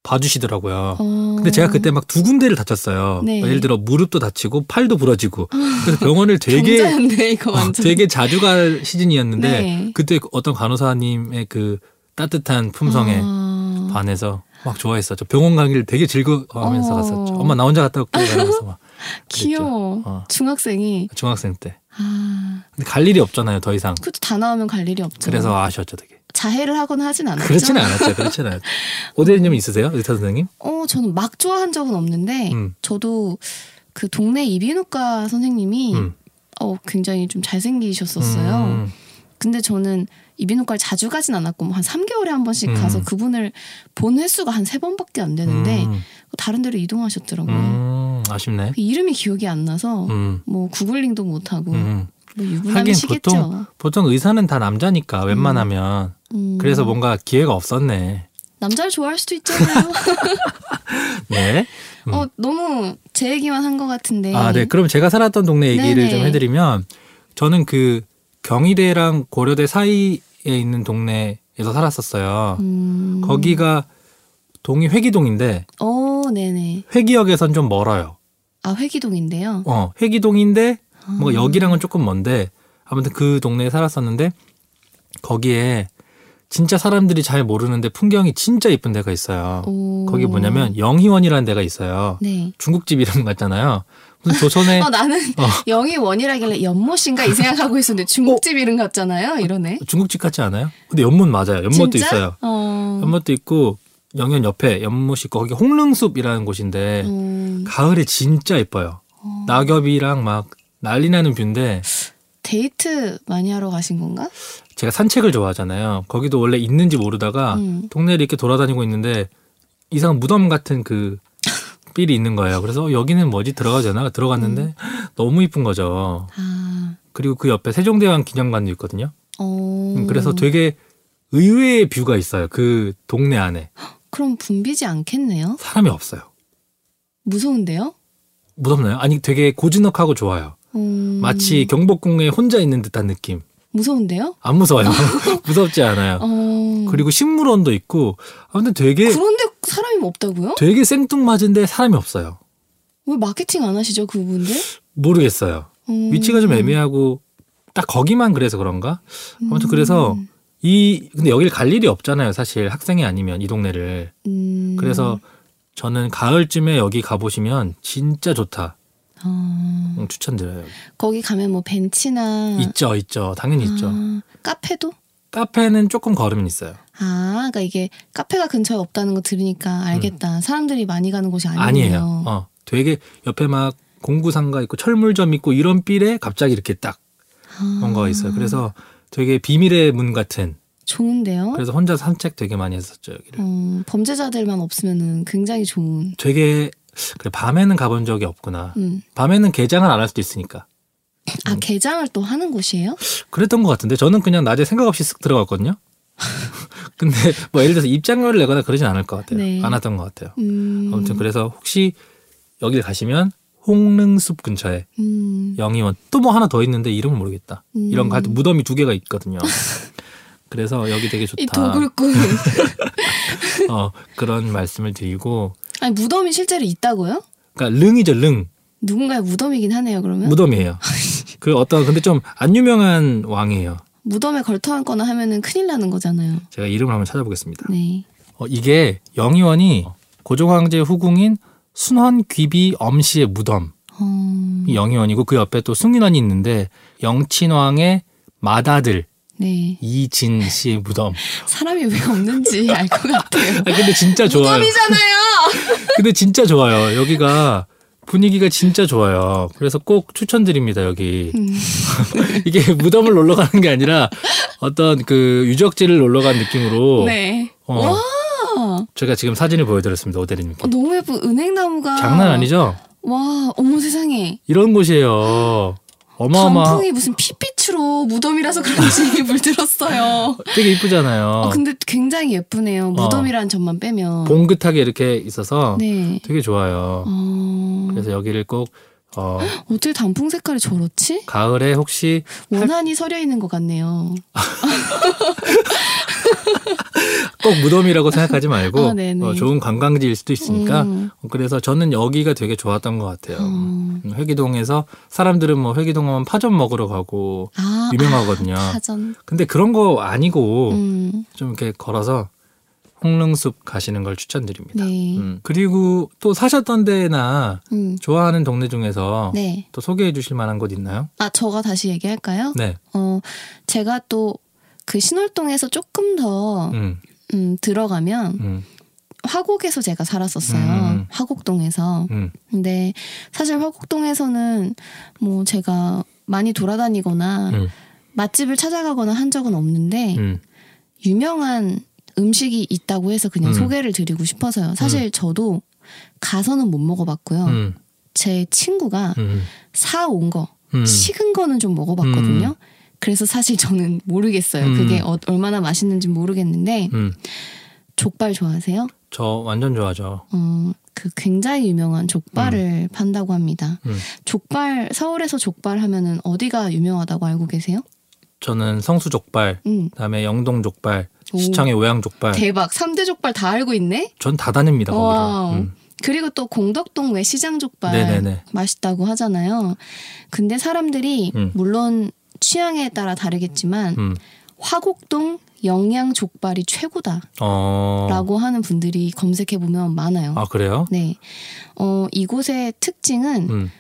S2: 봐주시더라고요.
S3: 어.
S2: 근데 제가 그때 막 두 군데를 다쳤어요.
S3: 네.
S2: 예를 들어 무릎도 다치고 팔도 부러지고. 그래서 병원을
S3: <laughs>
S2: 되게
S3: 경자인데 이거
S2: 어,
S3: 완전.
S2: 되게 자주 갈 시즌이었는데
S3: 네.
S2: 그때 어떤 간호사님의 그 따뜻한 품성에
S3: 아.
S2: 반해서 막 좋아했었죠. 병원 가기를 되게 즐거워하면서
S3: 어.
S2: 갔었죠. 엄마 나 혼자 갔다 올게 이러면서
S3: <laughs>
S2: 막
S3: 귀여워.
S2: 어.
S3: 중학생이
S2: 중학생 때.
S3: 아.
S2: 근데 갈 일이 없잖아요, 더 이상.
S3: 그것도 다 나오면 갈 일이 없죠.
S2: 그래서 아쉬웠죠, 되게.
S3: 자해를 하거나 하진 않았죠.
S2: 그렇진 않았죠, 그렇진
S3: <laughs>
S2: 않았죠.
S3: 음.
S2: 오대리님 있으세요, 의사 선생님?
S3: 어, 저는 막 좋아한 적은 없는데
S2: 음.
S3: 저도 그 동네 이비인후과 선생님이
S2: 음.
S3: 어, 굉장히 좀 잘생기셨었어요.
S2: 음.
S3: 근데 저는 이비인후과를 자주 가진 않았고 뭐한 3개월에 한 번씩
S2: 음.
S3: 가서 그분을 본 횟수가 한 세번밖에안 되는데 네.
S2: 음.
S3: 다른 데로 이동하셨더라고요.
S2: 음, 아쉽네.
S3: 그 이름이 기억이 안 나서
S2: 음.
S3: 뭐 구글링도 못 하고
S2: 음.
S3: 뭐
S2: 하긴
S3: 유부남이시겠죠.
S2: 보통 의사는 다 남자니까 웬만하면
S3: 음.
S2: 그래서 뭔가 기회가 없었네.
S3: 남자를 좋아할 수도
S2: <laughs>
S3: 있잖아요. <laughs>
S2: 네. 음.
S3: 어 너무 제 얘기만 한 것 같은데.
S2: 아, 네. 그럼 제가 살았던 동네 얘기를
S3: 네네.
S2: 좀 해드리면 저는 그 경희대랑 고려대 사이에 있는 동네에서 살았었어요.
S3: 음.
S2: 거기가 동이 회기동인데
S3: 어 네네.
S2: 회기역에선 좀 멀어요.
S3: 아 회기동인데요.
S2: 어, 회기동인데 뭐
S3: 아.
S2: 여기랑은 조금 먼데 아무튼 그 동네에 살았었는데 거기에 진짜 사람들이 잘 모르는데 풍경이 진짜 예쁜 데가 있어요.
S3: 오.
S2: 거기 뭐냐면 영희원이라는 데가 있어요.
S3: 네.
S2: 중국집 <laughs> 이름 같잖아요. 무슨 조선의
S3: 어 나는
S2: 어.
S3: <laughs> 영이 원이라길래 연못인가 이 생각하고 있었는데 중국집
S2: 어.
S3: 이름 같잖아요. 이러네.
S2: 중국집 같지 않아요? 근데 연못 맞아요. 연못도
S3: 진짜?
S2: 있어요.
S3: 어.
S2: 연못도 있고 영현 옆에 연못 있고 거기 홍릉숲이라는 곳인데
S3: 음.
S2: 가을에 진짜 예뻐요.
S3: 어.
S2: 낙엽이랑 막 난리 나는 뷰인데
S3: 데이트 많이 하러 가신 건가?
S2: 제가 산책을 좋아하잖아요. 거기도 원래 있는지 모르다가
S3: 음.
S2: 동네를 이렇게 돌아다니고 있는데 이상 무덤 같은
S3: <laughs>
S2: 그 삘이 있는 거예요. 그래서 어, 여기는 뭐지 들어가잖아. 들어갔는데
S3: 음.
S2: 너무 이쁜 거죠.
S3: 아,
S2: 그리고 그 옆에 세종대왕 기념관도 있거든요.
S3: 어.
S2: 음, 그래서 되게 의외의 뷰가 있어요. 그 동네 안에
S3: 그럼 붐비지 않겠네요.
S2: 사람이 없어요.
S3: 무서운데요?
S2: 무섭나요? 아니 되게 고즈넉하고 좋아요.
S3: 음,
S2: 마치 경복궁에 혼자 있는 듯한 느낌.
S3: 무서운데요?
S2: 안 무서워요. <laughs> 무섭지 않아요.
S3: 어.
S2: 그리고 식물원도 있고 아무튼 되게
S3: 그런데 사람이 없다고요?
S2: 되게 생뚱맞은데 사람이 없어요.
S3: 왜 마케팅 안 하시죠 그분들?
S2: 모르겠어요.
S3: 음.
S2: 위치가 좀 애매하고 딱 거기만 그래서 그런가? 아무튼 그래서
S3: 음.
S2: 이 근데 여길 갈 일이 없잖아요. 사실 학생이 아니면 이 동네를.
S3: 음.
S2: 그래서 저는 가을쯤에 여기 가보시면 진짜 좋다.
S3: 어.
S2: 음, 추천드려요.
S3: 거기 가면 뭐 벤치나
S2: 있죠, 있죠. 당연히 있죠.
S3: 아, 카페도?
S2: 카페는 조금 걸음은 있어요.
S3: 아, 그러니까 이게 카페가 근처에 없다는 거 들으니까 알겠다. 사람들이 많이 가는 곳이 아니군요.
S2: 아니에요. 어, 되게 어, 옆에 막 공구상가 있고 철물점 있고 이런 빌에 갑자기 이렇게 딱 뭔가가
S3: 음.
S2: 있어요. 그래서 되게 비밀의 문 같은.
S3: 좋은데요.
S2: 그래서 혼자 산책 되게 많이 했었죠 여기를.
S3: 어, 범죄자들만 없으면은 굉장히 좋은.
S2: 되게 그래 밤에는 가본 적이 없구나.
S3: 음.
S2: 밤에는 개장을 안 할 수도 있으니까.
S3: 아
S2: 그렇죠.
S3: 개장을 또 하는 곳이에요?
S2: 그랬던 것 같은데 저는 그냥 낮에 생각 없이 쓱 들어갔거든요. <laughs> 근데 뭐 예를 들어서 입장료를 내거나 그러진 않을 것 같아요.
S3: 네.
S2: 안 왔던 것 같아요.
S3: 음.
S2: 아무튼 그래서 혹시 여기를 가시면 홍릉숲 근처에
S3: 음.
S2: 영희원 또 뭐 하나 더 있는데 이름은 모르겠다.
S3: 음.
S2: 이런 거 하여튼 무덤이 두 개가
S3: <laughs>
S2: 있거든요. 그래서 여기 되게 좋다. <laughs>
S3: 이 도굴꾼.
S2: 어, 그런 말씀을 드리고
S3: 아니 무덤이 실제로 있다고요?
S2: 그러니까 릉이죠 릉
S3: 누군가의 무덤이긴 하네요. 그러면 <laughs>
S2: 무덤이에요. 그 어떤 근데 좀 안 유명한 왕이에요.
S3: 무덤에 걸터앉거나 하면은 큰일 나는 거잖아요.
S2: 제가 이름을 한번 찾아보겠습니다.
S3: 네.
S2: 어, 이게 영의원이 고종황제 후궁인 순헌 귀비 엄씨의 무덤
S3: 어,
S2: 이 영의원이고 그 옆에 또 숭인원이 있는데 영친왕의 맏아들
S3: 네.
S2: 이진 씨의 무덤.
S3: 사람이 왜 없는지 <laughs> 알 것 같아요.
S2: 아, 근데
S3: <laughs>
S2: 진짜 <laughs> 좋아요.
S3: 무덤이잖아요.
S2: 근데 진짜 좋아요. 여기가 분위기가 진짜 좋아요. 그래서 꼭 추천드립니다 여기.
S3: 음.
S2: <laughs> 이게 무덤을 놀러 가는 게 아니라 어떤 그 유적지를 놀러 간 느낌으로
S3: 네.
S2: 어,
S3: 아,
S2: 제가 지금 사진을 보여드렸습니다 오대리님께.
S3: 어, 너무 예쁜 은행나무가
S2: 장난 아니죠?
S3: 와, 어머 세상에.
S2: 이런 곳이에요. 어마어마.
S3: 단풍이 무슨 핏빛으로 무덤이라서 그런지 <laughs> 물들었어요.
S2: 되게 이쁘잖아요.
S3: 어, 근데 굉장히 예쁘네요. 무덤이란 점만 빼면.
S2: 어. 봉긋하게 이렇게 있어서
S3: 네.
S2: 되게 좋아요.
S3: 어,
S2: 그래서 여기를 꼭 어,
S3: 어떻게 단풍 색깔이 저렇지?
S2: 가을에 혹시
S3: 원한이 서려 있는 것 같네요.
S2: 꼭 무덤이라고 생각하지 말고
S3: <laughs> 아, 네네.
S2: 어, 좋은 관광지일 수도 있으니까
S3: 음.
S2: 어, 그래서 저는 여기가 되게 좋았던 것 같아요.
S3: 음.
S2: 음, 회기동에서 사람들은 뭐 회기동 하면 파전 먹으러 가고
S3: 아,
S2: 유명하거든요.
S3: 아, 사전.
S2: 근데 그런 거 아니고
S3: 음,
S2: 좀 이렇게 걸어서 홍릉숲 가시는 걸 추천드립니다.
S3: 네.
S2: 음, 그리고 또 사셨던 데나
S3: 음.
S2: 좋아하는 동네 중에서
S3: 네.
S2: 또 소개해 주실 만한 곳 있나요?
S3: 아, 저가 다시 얘기할까요?
S2: 네.
S3: 어, 제가 또 그 신월동에서 조금 더
S2: 음,
S3: 음, 들어가면
S2: 음,
S3: 화곡에서 제가 살았었어요.
S2: 음.
S3: 화곡동에서.
S2: 음.
S3: 근데 사실 화곡동에서는 뭐 제가 많이 돌아다니거나
S2: 음.
S3: 맛집을 찾아가거나 한 적은 없는데
S2: 음.
S3: 유명한 음식이 있다고 해서 그냥
S2: 음.
S3: 소개를 드리고 싶어서요. 사실 저도 가서는 못 먹어봤고요.
S2: 음.
S3: 제 친구가
S2: 음.
S3: 사온 거
S2: 음.
S3: 식은 거는 좀 먹어봤거든요.
S2: 음.
S3: 그래서 사실 저는 모르겠어요.
S2: 음.
S3: 그게 어- 얼마나 맛있는지 모르겠는데
S2: 음.
S3: 족발 좋아하세요?
S2: 저 완전 좋아하죠.
S3: 어, 그 굉장히 유명한 족발을 판다고 합니다.
S2: 음.
S3: 족발 서울에서 족발 하면은 어디가 유명하다고 알고 계세요?
S2: 저는 성수 족발,
S3: 음.
S2: 그다음에 영동 족발,
S3: 오.
S2: 시청의 오양 족발.
S3: 대박. 삼대 족발 다 알고 있네.
S2: 전 다 다닙니다
S3: 와우.
S2: 거기를. 음.
S3: 그리고 또 공덕동 외시장 족발
S2: 네네네.
S3: 맛있다고 하잖아요. 근데 사람들이
S2: 음.
S3: 물론 취향에 따라 다르겠지만
S2: 음.
S3: 화곡동 영양 족발이 최고다.
S2: 어.
S3: 라고 하는 분들이 검색해 보면 많아요.
S2: 아 그래요?
S3: 네. 어, 이곳의 특징은
S2: 음.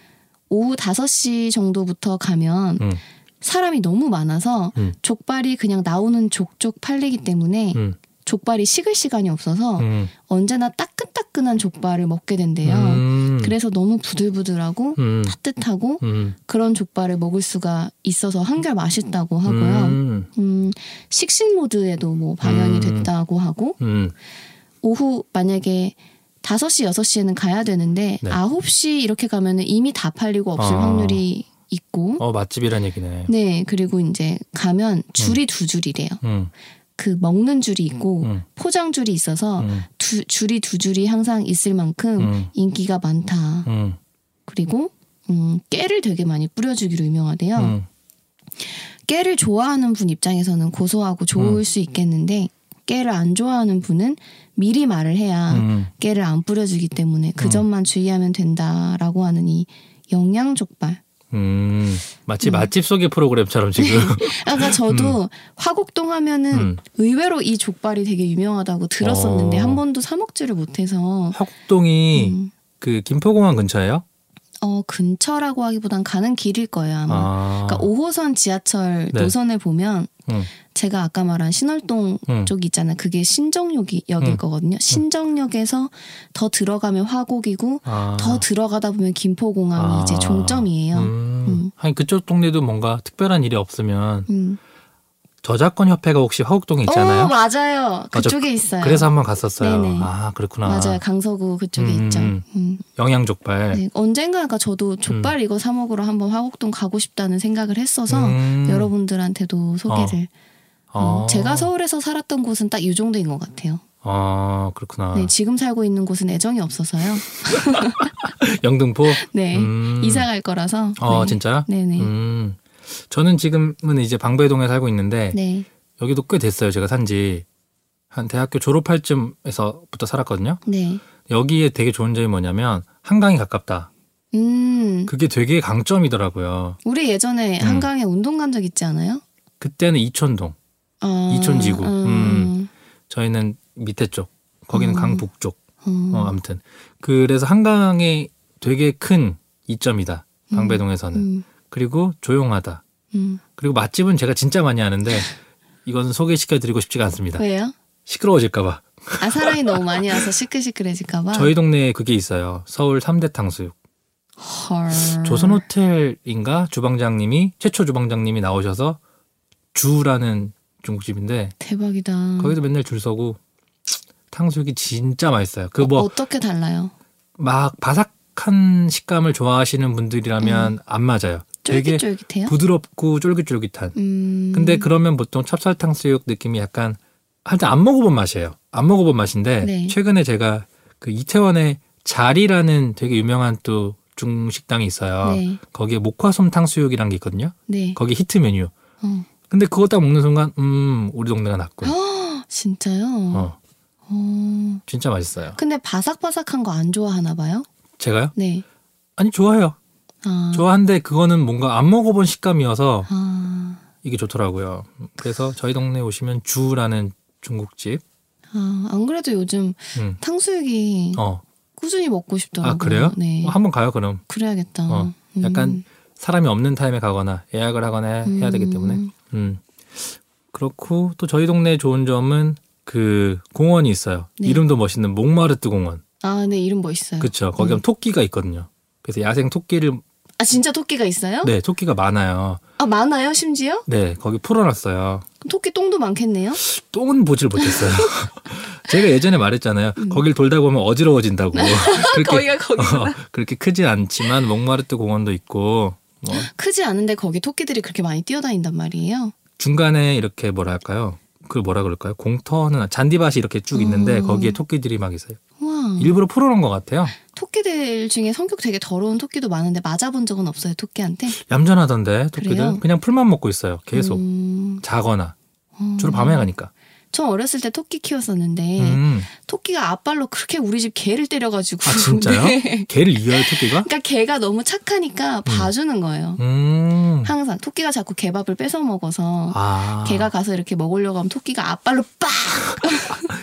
S3: 오후 5시 정도부터 가면
S2: 음.
S3: 사람이 너무 많아서
S2: 음.
S3: 족발이 그냥 나오는 족족 팔리기 때문에
S2: 음.
S3: 족발이 식을 시간이 네. 없어서
S2: 음.
S3: 언제나 따끈따끈한 족발을 먹게 된대요.
S2: 음.
S3: 그래서 너무 부들부들하고
S2: 음.
S3: 따뜻하고
S2: 음.
S3: 그런 족발을 먹을 수가 있어서 한결 맛있다고 하고요.
S2: 음.
S3: 음, 식신 모드에도 뭐
S2: 음.
S3: 방영이 됐다고 하고
S2: 음.
S3: 오후 만약에 5시, 6시에는 가야 되는데
S2: 네.
S3: 9시 이렇게 가면은 이미 다 팔리고 없을
S2: 아.
S3: 확률이 있고
S2: 어 맛집이란 얘기네.
S3: 네, 그리고 이제 가면 줄이 두 줄이래요.
S2: 음.
S3: 그 먹는 줄이 있고
S2: 음.
S3: 포장 줄이 있어서
S2: 음.
S3: 두, 줄이 두 줄이 항상 있을 만큼
S2: 음.
S3: 인기가 많다.
S2: 음.
S3: 그리고 음, 깨를 되게 많이 뿌려주기로 유명하대요.
S2: 음.
S3: 깨를 좋아하는 분 입장에서는 고소하고
S2: 음.
S3: 좋을 수 있겠는데 깨를 안 좋아하는 분은 미리 말을 해야
S2: 음.
S3: 깨를 안 뿌려주기 때문에 그 점만 주의하면 된다라고 하는 이 영양 족발.
S2: 음. 마치 맛집 소개 프로그램처럼 지금.
S3: 네. 아까 그러니까 저도 화곡동 하면은
S2: 음.
S3: 의외로 이 족발이 되게 유명하다고 들었었는데
S2: 어.
S3: 한 번도 사 먹지를 못해서.
S2: 화곡동이
S3: 음.
S2: 그 김포공항 근처예요?
S3: 어, 근처라고 하기보단 가는 길일 거예요, 아마.
S2: 아.
S3: 그러니까 5호선 지하철
S2: 네.
S3: 노선을 보면
S2: 음.
S3: 제가 아까 말한 신월동
S2: 음.
S3: 쪽 있잖아요. 그게 신정역이 역일
S2: 음.
S3: 거거든요. 신정역에서 더 들어가면 화곡이고
S2: 아.
S3: 더 들어가다 보면 김포공항이
S2: 아.
S3: 이제 종점이에요. 음.
S2: 음.
S3: 음.
S2: 하긴 그쪽 동네도 뭔가 특별한 일이 없으면 저작권 협회가 혹시 화곡동에
S3: 오
S2: 있잖아요.
S3: 음. 어, 맞아요. 그쪽에 있어요.
S2: 그래서 한번 갔었어요.
S3: 네네.
S2: 아 그렇구나.
S3: 맞아요. 강서구 그쪽에
S2: 음,
S3: 있죠.
S2: 음.
S3: 음.
S2: 영양 족발.
S3: 네, 언젠가 그러니까 저도 족발 이거 사 먹으러 한번 화곡동 가고 싶다는 생각을 했어서
S2: 음.
S3: 여러분들한테도 소개를
S2: 어.
S3: 음, 제가 서울에서 살았던 곳은 딱 이 정도인 것 같아요.
S2: 아 그렇구나.
S3: 네, 지금 살고 있는 곳은 애정이 없어서요. <laughs>
S2: 영등포.
S3: 네,
S2: 음.
S3: 이사 갈 거라서.
S2: 어
S3: 네.
S2: 진짜.
S3: 네네.
S2: 음. 저는 지금은 이제 방배동에 살고 있는데
S3: 네.
S2: 여기도 꽤 됐어요. 제가 산지 한 대학교 졸업할 쯤에서부터 살았거든요.
S3: 네.
S2: 여기에 되게 좋은 점이 뭐냐면 한강이 가깝다.
S3: 음.
S2: 그게 되게 강점이더라고요.
S3: 우리 예전에
S2: 음.
S3: 한강에 운동 간 적 있지 않아요?
S2: 그때는 이촌동,
S3: 아,
S2: 이촌지구.
S3: 음.
S2: 저희는 밑에 쪽, 거기는
S3: 음.
S2: 강북 쪽.
S3: 음.
S2: 어, 아무튼 그래서 한강이 되게 큰 이점이다.
S3: 음.
S2: 방배동에서는
S3: 음.
S2: 그리고 조용하다.
S3: 음.
S2: 그리고 맛집은 제가 진짜 많이 아는데
S3: <laughs>
S2: 이건 소개시켜드리고 싶지가 않습니다.
S3: 왜요?
S2: 시끄러워질까봐.
S3: 아 사람이 너무 많이 와서 시끌시끌해질까봐.
S2: 저희 동네에 그게 있어요. 서울 삼대 탕수육.
S3: 헐.
S2: 조선호텔인가 주방장님이 최초 주방장님이 나오셔서 주라는 중국집인데
S3: 대박이다.
S2: 거기도 맨날 줄 서고 탕수육이 진짜 맛있어요. 그
S3: 어,
S2: 뭐 막
S3: 어떻게 달라요?
S2: 바삭한 식감을 좋아하시는 분들이라면 안 맞아요. 되게
S3: 음. 쫄깃쫄깃해요?
S2: 부드럽고 쫄깃쫄깃한.
S3: 음.
S2: 근데 그러면 보통 찹쌀탕수육 느낌이 약간 하여튼 안 먹어본 맛이에요. 안 먹어본 맛인데
S3: 네.
S2: 최근에 제가 그 이태원에 자리라는 되게 유명한 또 중식당이 있어요.
S3: 네.
S2: 거기에 목화솜 탕수육이란 게 있거든요.
S3: 네.
S2: 거기 히트 메뉴.
S3: 어.
S2: 근데 그거 딱 먹는 순간 음 우리 동네가 낫군.
S3: 아, 진짜요?
S2: 어
S3: 어.
S2: 진짜 맛있어요.
S3: 근데 바삭바삭한 거 안 좋아하나 봐요?
S2: 제가요?
S3: 네.
S2: 아니 좋아요.
S3: 아.
S2: 좋아한데 그거는 뭔가 안 먹어본 식감이어서
S3: 아.
S2: 이게 좋더라고요. 그래서 저희 동네 오시면 주라는 중국집.
S3: 아, 안 그래도 요즘
S2: 음.
S3: 탕수육이
S2: 어.
S3: 꾸준히 먹고 싶더라고요.
S2: 아 그래요?
S3: 네.
S2: 어, 한번 가요 그럼.
S3: 그래야겠다.
S2: 어,
S3: 음.
S2: 약간 사람이 없는 타임에 가거나 예약을 하거나 해야 되기 때문에.
S3: 음.
S2: 음. 그렇고 또 저희 동네 좋은 점은 그 공원이 있어요.
S3: 네.
S2: 이름도 멋있는 몽마르트 공원.
S3: 아, 네, 이름 멋있어요.
S2: 그렇죠. 거기 가면 토끼가 있거든요. 그래서 야생 토끼를
S3: 아, 진짜 토끼가 있어요?
S2: 네 토끼가 많아요.
S3: 아, 많아요, 심지어?
S2: 네 거기 풀어놨어요.
S3: 그럼 토끼 똥도 많겠네요?
S2: 똥은 보질 못했어요. <laughs> 제가 예전에 말했잖아요. 거길 돌다 보면 어지러워진다고.
S3: <laughs>
S2: 그렇게
S3: 네. 거기가 거기.
S2: 어, 그렇게 크진 않지만 몽마르트 공원도 있고 뭐
S3: 크지 않은데 거기 토끼들이 그렇게 많이 뛰어다닌단 말이에요.
S2: 중간에 이렇게 뭐랄까요? 그 뭐라 그럴까요? 공터는 잔디밭이 이렇게 쭉 있는데
S3: 음.
S2: 거기에 토끼들이 막 있어요.
S3: 와.
S2: 일부러 풀어놓은 것 같아요.
S3: 토끼들 중에 성격 되게 더러운 토끼도 많은데 맞아본 적은 없어요, 토끼한테?
S2: 얌전하던데 토끼들
S3: 그래요?
S2: 그냥 풀만 먹고 있어요. 계속
S3: 음,
S2: 자거나
S3: 어.
S2: 주로 밤에 가니까.
S3: 전 어렸을 때 토끼 키웠었는데
S2: 음.
S3: 토끼가 앞발로 그렇게 우리 집 개를 때려가지고.
S2: 아 진짜요?
S3: 네.
S2: 개를 이어요 토끼가?
S3: <laughs> 그러니까 개가 너무 착하니까 봐주는 거예요.
S2: 음.
S3: 항상 토끼가 자꾸 개밥을 뺏어 먹어서
S2: 아.
S3: 개가 가서 이렇게 먹으려고 하면 토끼가 앞발로 빡!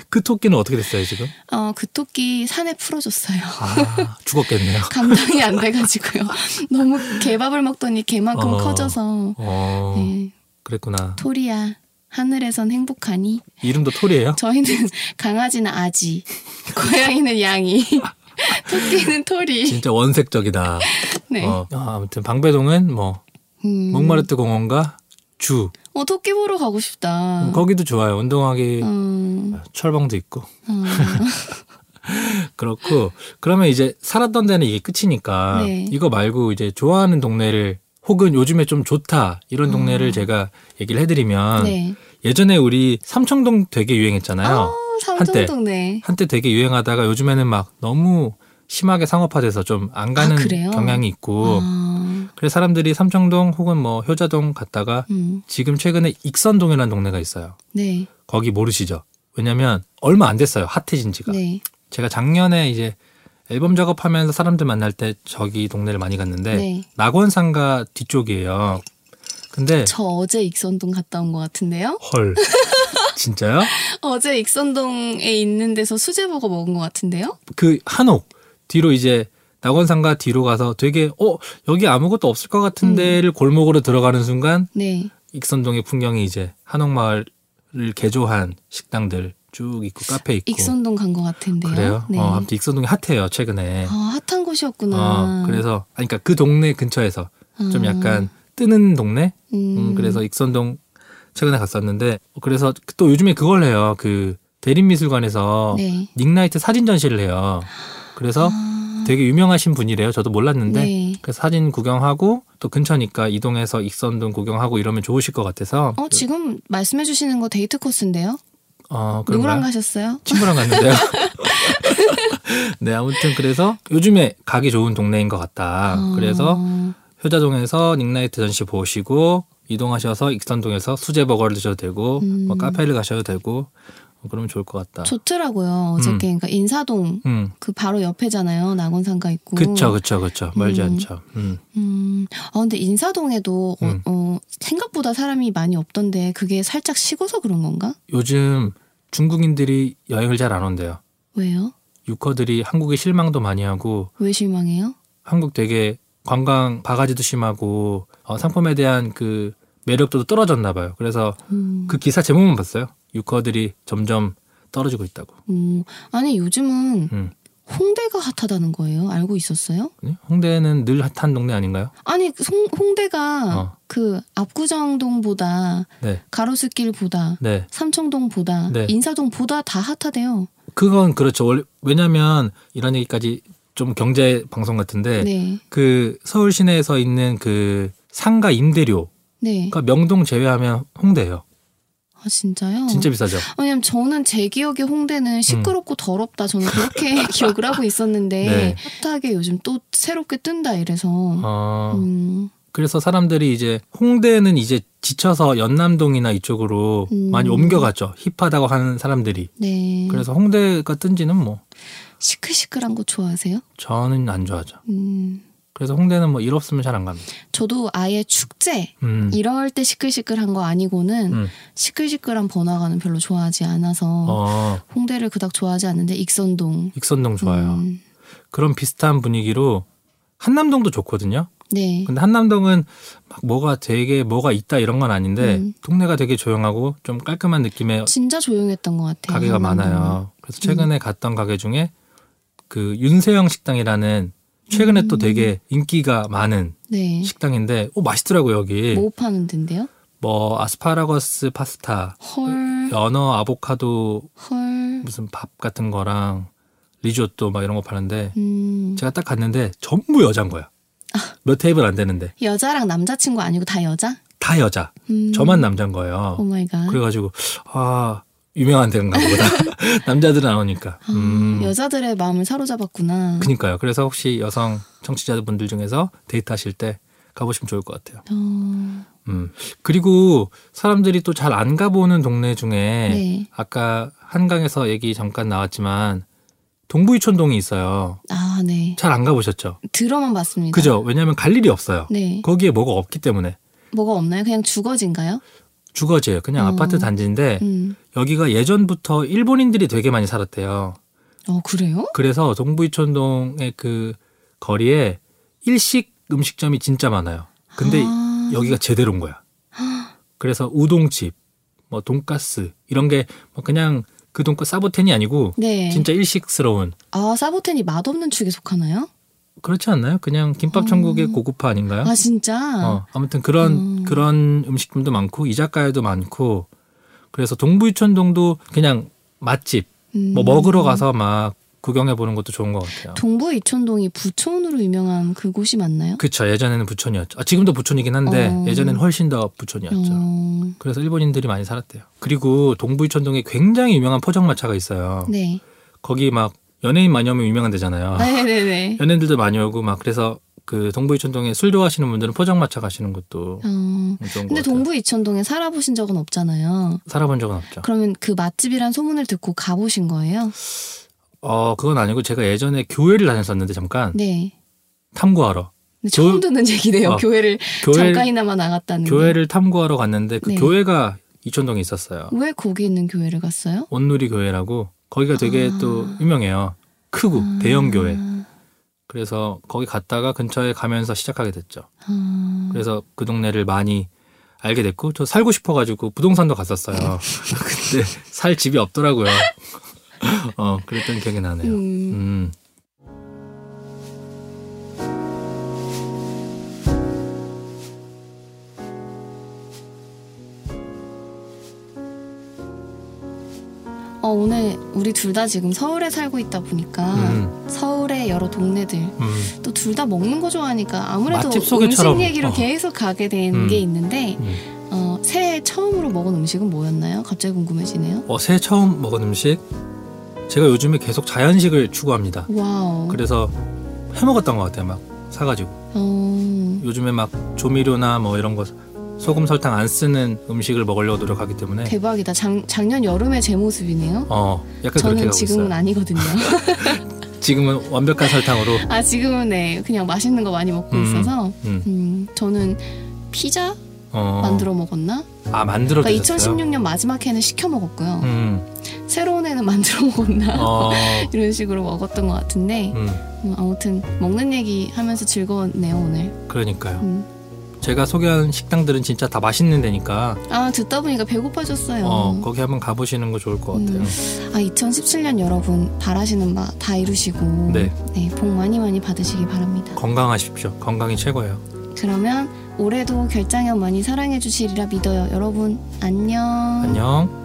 S2: 그 토끼는 어떻게 됐어요 지금?
S3: 어, 그 토끼 산에 풀어줬어요. <laughs>
S2: 아 죽었겠네요.
S3: 감당이 안 돼가지고요. <laughs> 너무 개밥을 먹더니 개만큼
S2: 어.
S3: 커져서
S2: 어.
S3: 네,
S2: 그랬구나.
S3: 토리야 하늘에선 행복하니
S2: 이름도 토리예요?
S3: 저희는 <laughs> 강아지는 아지 고양이는 양이 <laughs> 토끼는 토리
S2: 진짜 원색적이다.
S3: 네.
S2: 어. 아, 아무튼 방배동은 뭐
S3: 음.
S2: 몽마르트 공원과 주
S3: 어, 토끼 보러 가고 싶다.
S2: 음, 거기도 좋아요. 운동하기
S3: 음,
S2: 철봉도 있고
S3: 음.
S2: 그렇고 그러면 이제 살았던 데는 이게 끝이니까
S3: 네.
S2: 이거 말고 이제 좋아하는 동네를 혹은 요즘에 좀 좋다 이런 동네를 제가 얘기를 해드리면
S3: 음. <laughs> 네.
S2: 예전에 우리 삼청동 되게 아. 유행했잖아요.
S3: 아, 삼성동네.
S2: 한때 되게 유행하다가 요즘에는 막 너무 심하게 상업화돼서 좀 안 가는
S3: 아, 그래요?
S2: 경향이 있고
S3: 아,
S2: 그래서 사람들이 삼청동 혹은 뭐 효자동 갔다가
S3: 음,
S2: 지금 최근에 익선동이라는 동네가 있어요.
S3: 네,
S2: 거기 모르시죠? 왜냐면 얼마 안 됐어요 핫해진 지가.
S3: 네,
S2: 제가 작년에 이제 앨범 작업하면서 사람들 만날 때 저기 동네를 많이 갔는데
S3: 네.
S2: 낙원상가 뒤쪽이에요. 근데
S3: 저 어제 익선동 갔다 온 것 같은데요. <laughs>
S2: 헐 진짜요?
S3: 어제 익선동에 있는 데서 수제 버거 먹은 것 같은데요.
S2: 그 한옥 뒤로 이제 낙원상가 뒤로 가서 되게 어 여기 아무것도 없을 것
S3: 음.
S2: 같은데를 골목으로 들어가는 순간
S3: 네.
S2: 익선동의 풍경이 이제 한옥마을을 개조한 식당들 쭉 있고 카페 있고
S3: 익선동 간 것 같은데요.
S2: 그래요.
S3: 네.
S2: 어, 아무튼 익선동이 핫해요 최근에.
S3: 아, 핫한 곳이었구나.
S2: 어, 그래서 아니, 그러니까 그 동네 근처에서 좀
S3: 아.
S2: 약간 뜨는 동네.
S3: 음,
S2: 음, 그래서 익선동 최근에 갔었는데 그래서 또 요즘에 그걸 해요. 그 대림미술관에서
S3: 네.
S2: 닉나이트 사진 전시를 해요. 그래서
S3: 아,
S2: 되게 유명하신 분이래요. 저도 몰랐는데.
S3: 네.
S2: 그래서 사진 구경하고 또 근처니까 이동해서 익선동 구경하고 이러면 좋으실 것 같아서.
S3: 어 지금 말씀해 주시는 거 데이트 코스인데요?
S2: 어,
S3: 누구랑
S2: 그런가요?
S3: 가셨어요?
S2: 친구랑 갔는데요. <laughs> 네, 아무튼 그래서 요즘에 가기 좋은 동네인 것 같다. 아,
S3: 아.
S2: 그래서 효자동에서 닉나이트 전시 보시고 이동하셔서 익선동에서 수제버거를 드셔도 되고
S3: 음.
S2: 뭐 카페를 가셔도 되고 어, 그러면 좋을 것 같다.
S3: 좋더라고요. 어저께 그러니까 인사동
S2: 음,
S3: 그 바로 옆에잖아요. 낙원상가 있고.
S2: 그쵸, 그쵸, 그쵸. 멀지
S3: 음.
S2: 않죠. 음.
S3: 음. 아 근데 인사동에도 어,
S2: 음.
S3: 어, 생각보다 사람이 많이 없던데 그게 살짝 식어서 그런 건가?
S2: 요즘 중국인들이 여행을 잘 안 온대요.
S3: 왜요?
S2: 유커들이 한국에 실망도 많이 하고
S3: 왜 실망해요?
S2: 한국 되게 관광 바가지도 심하고 어, 상품에 대한 그 매력도도 떨어졌나 봐요. 그래서
S3: 음.
S2: 그 기사 제목만 봤어요. 유커들이 점점 떨어지고 있다고.
S3: 음. 아니 요즘은
S2: 음.
S3: 홍대가 핫하다는 거예요. 알고 있었어요?
S2: 아니? 홍대는 늘 핫한 동네 아닌가요?
S3: 아니 그 홍, 홍대가
S2: 어.
S3: 그 압구정동보다
S2: 네,
S3: 가로수길보다
S2: 네.
S3: 삼청동보다
S2: 네.
S3: 인사동보다 다 핫하대요.
S2: 그건 그렇죠. 원래 왜냐하면 이런 얘기까지 좀 경제 방송 같은데
S3: 네. 네.
S2: 그 서울 시내에서 있는 그 상가 임대료가 명동 제외하면 홍대예요.
S3: 네. 아 진짜요?
S2: 진짜 음. 비싸죠.
S3: 왜냐면 저는 제 기억에 홍대는 시끄럽고 더럽다 저는 그렇게 <laughs> 기억을 하고 있었는데
S2: 네.
S3: 핫하게 요즘 또 새롭게 뜬다 이래서
S2: 어,
S3: 음,
S2: 그래서 사람들이 이제 홍대는 이제 지쳐서 연남동이나 이쪽으로
S3: 음.
S2: 많이 옮겨갔죠. 힙하다고 하는 사람들이.
S3: 네
S2: 그래서 홍대가 뜬지는 뭐
S3: 시끌시끌한 거 좋아하세요?
S2: 저는 안 좋아하죠.
S3: 음,
S2: 그래서 홍대는 뭐 일 없으면 잘 안 갑니다.
S3: 저도 아예 축제
S2: 음.
S3: 이럴 때 시끌시끌한 거 아니고는
S2: 음.
S3: 시끌시끌한 번화가는 별로 좋아하지 않아서
S2: 어,
S3: 홍대를 그닥 좋아하지 않는데 익선동
S2: 익선동 좋아요.
S3: 음,
S2: 그런 비슷한 분위기로 한남동도 좋거든요.
S3: 네
S2: 근데 한남동은 막 뭐가 되게 뭐가 있다 이런 건 아닌데
S3: 음.
S2: 동네가 되게 조용하고 좀 깔끔한 느낌의
S3: 진짜 조용했던 것 같아요.
S2: 어.
S3: 음.
S2: 가게가
S3: 한남동은.
S2: 많아요. 그래서 최근에 갔던 가게 중에 그 윤세영 식당이라는 최근에 또
S3: 음.
S2: 되게 인기가 많은
S3: 네.
S2: 식당인데 오 맛있더라고 요 여기
S3: 뭐 파는 데인데요?
S2: 뭐 아스파라거스 파스타,
S3: 헐,
S2: 연어 아보카도
S3: 헐.
S2: 무슨 밥 같은 거랑 리조또 막 이런 거 파는데
S3: 음. 아.
S2: 제가 딱 갔는데 전부 여자인 거야. 몇 테이블 안 되는데
S3: 여자랑 남자친구 아니고 다 여자?
S2: 다 여자.
S3: 음.
S2: 저만 남자인 거예요.
S3: 오 마이 갓.
S2: 그래가지고 아 유명한 데인가 보다 <laughs> 남자들은 안 오니까
S3: 아,
S2: 음
S3: 여자들의 마음을 사로잡았구나.
S2: 그니까요 그래서 혹시 여성 청취자분들 중에서 데이트하실 때 가보시면 좋을 것 같아요
S3: 어,
S2: 음 그리고 사람들이 또 잘 안 가보는 동네 중에
S3: 네.
S2: 아까 한강에서 얘기 잠깐 나왔지만 동부이촌동이 있어요
S3: 아, 네.
S2: 잘 안 가보셨죠
S3: 들어만 봤습니다.
S2: 그죠 왜냐하면 갈 일이 없어요
S3: 네.
S2: 거기에 뭐가 없기 때문에
S3: 뭐가 없나요? 그냥 주거지인가요?
S2: 주거지예요 그냥
S3: 어.
S2: 아파트 단지인데
S3: 음.
S2: 여기가 예전부터 일본인들이 되게 많이 살았대요
S3: 어, 그래요?
S2: 그래서 동부이촌동의 그 거리에 일식 음식점이 진짜 많아요. 근데
S3: 아.
S2: 여기가 제대로인 거야. 그래서 우동집, 뭐 돈가스 이런 게뭐 그냥 그 돈가스 사보텐이 아니고
S3: 네.
S2: 진짜 일식스러운
S3: 아, 사보텐이 맛없는 축에 속하나요?
S2: 그렇지 않나요? 그냥 김밥 천국의
S3: 어.
S2: 고급화 아닌가요?
S3: 아, 진짜?
S2: 어, 아무튼 그런
S3: 음.
S2: 그런 음식점도 많고 이자카야도 많고 그래서 동부이촌동도 그냥 맛집
S3: 음.
S2: 뭐 먹으러 가서 막 구경해 보는 것도 좋은 것 같아요.
S3: 동부 이촌동이 부촌으로 유명한 그곳이 맞나요?
S2: 그쵸 예전에는 부촌이었죠. 아, 지금도 부촌이긴 한데
S3: 어.
S2: 예전에는 훨씬 더 부촌이었죠.
S3: 어,
S2: 그래서 일본인들이 많이 살았대요. 그리고 동부이촌동에 굉장히 유명한 포장마차가 있어요.
S3: 네.
S2: 거기 막 연예인 많이 오면 유명한 데잖아요. <laughs>
S3: 네네네. 어.
S2: 연예인들도 많이 오고 막 그래서 그 동부이촌동에 술 좋아하시는 분들은 포장마차 가시는 것도
S3: 어,
S2: 좋은 것
S3: 근데
S2: 같아요. 네.
S3: 동부 이천동에 살아보신 적은 없잖아요.
S2: 살아본 적은 없죠.
S3: 그러면 그 맛집이란 소문을 듣고 가보신 거예요?
S2: 어 그건 아니고 제가 예전에 교회를 다녔었는데 잠깐
S3: 네.
S2: 탐구하러
S3: 근데 처음
S2: 교-
S3: 듣는 얘기네요.
S2: 어, 교회
S3: 교회를 잠깐이나마 나갔다는
S2: 교회를 탐구하러 갔는데 그
S3: 네.
S2: 교회가 이촌동에 있었어요.
S3: 게. 왜 거기 있는 교회를 갔어요?
S2: 온누리 교회라고 거기가 되게
S3: 아.
S2: 또 유명해요. 크고
S3: 아,
S2: 대형 교회. 그래서 거기 갔다가 근처에 가면서 시작하게 됐죠.
S3: 아,
S2: 그래서 그 동네를 많이 알게 됐고 저 살고 싶어가지고 부동산도
S3: 음.
S2: 갔었어요. <laughs> 근데 살 집이 없더라고요. <laughs> 어 그랬던 기억이 나네요.
S3: 음.
S2: 음.
S3: 어, 오늘 우리 둘 다 지금 서울에 살고 있다 보니까
S2: 음.
S3: 서울의 여러 동네들
S2: 음.
S3: 또 둘 다 먹는 거 좋아하니까 아무래도
S2: 맛집
S3: 음식
S2: 소개처럼.
S3: 얘기로
S2: 어.
S3: 계속 가게 된
S2: 음.
S3: 게 있는데
S2: 음.
S3: 어, 새해 처음으로 먹은 음식은 뭐였나요? 갑자기 궁금해지네요.
S2: 어 새해 처음 먹은 음식 제가 요즘에 계속 자연식을 추구합니다.
S3: 와우.
S2: 그래서 해 먹었던 것 같아요. 막 사가지고.
S3: 어,
S2: 요즘에 막 조미료나 뭐 이런 거 소금 설탕 안 쓰는 음식을 먹으려고 노력하기 때문에
S3: 대박이다. 작, 작년 여름에 제 모습이네요.
S2: 어 약간 그렇게
S3: 저는
S2: 가고
S3: 지금은 아-
S2: 있어요.
S3: 아니거든요. <laughs>
S2: 지금은 완벽한 설탕으로
S3: 아 지금은 네 그냥 맛있는 거 많이 먹고
S2: 음.
S3: 있어서
S2: 음,
S3: 음, 저는 피자
S2: 어.
S3: 만들어 먹었나?
S2: 아 만들어
S3: 그러니까
S2: 드셨어요?
S3: 2016년 마지막 해는 시켜 먹었고요.
S2: 음,
S3: 새로운 해는 <laughs> 만들어 먹었나?
S2: 어,
S3: 이런 식으로 먹었던 것 같은데
S2: 음,
S3: 음, 아무튼 먹는 얘기 하면서 즐거웠네요 오늘.
S2: 그러니까요.
S3: 음.
S2: 제가 소개한 식당들은 진짜 다 맛있는 데니까
S3: 아 듣다 보니까 배고파졌어요.
S2: 어, 거기 한번 가보시는 거 좋을 것 같아요.
S3: 아 2017년 여러분 바라시는 바 다 이루시고
S2: 네.
S3: 네, 복 많이 많이 받으시기 바랍니다.
S2: 건강하십시오. 건강이 최고예요.
S3: 그러면 올해도 결장연 많이 사랑해 주시리라 믿어요. 여러분 안녕.
S2: 안녕.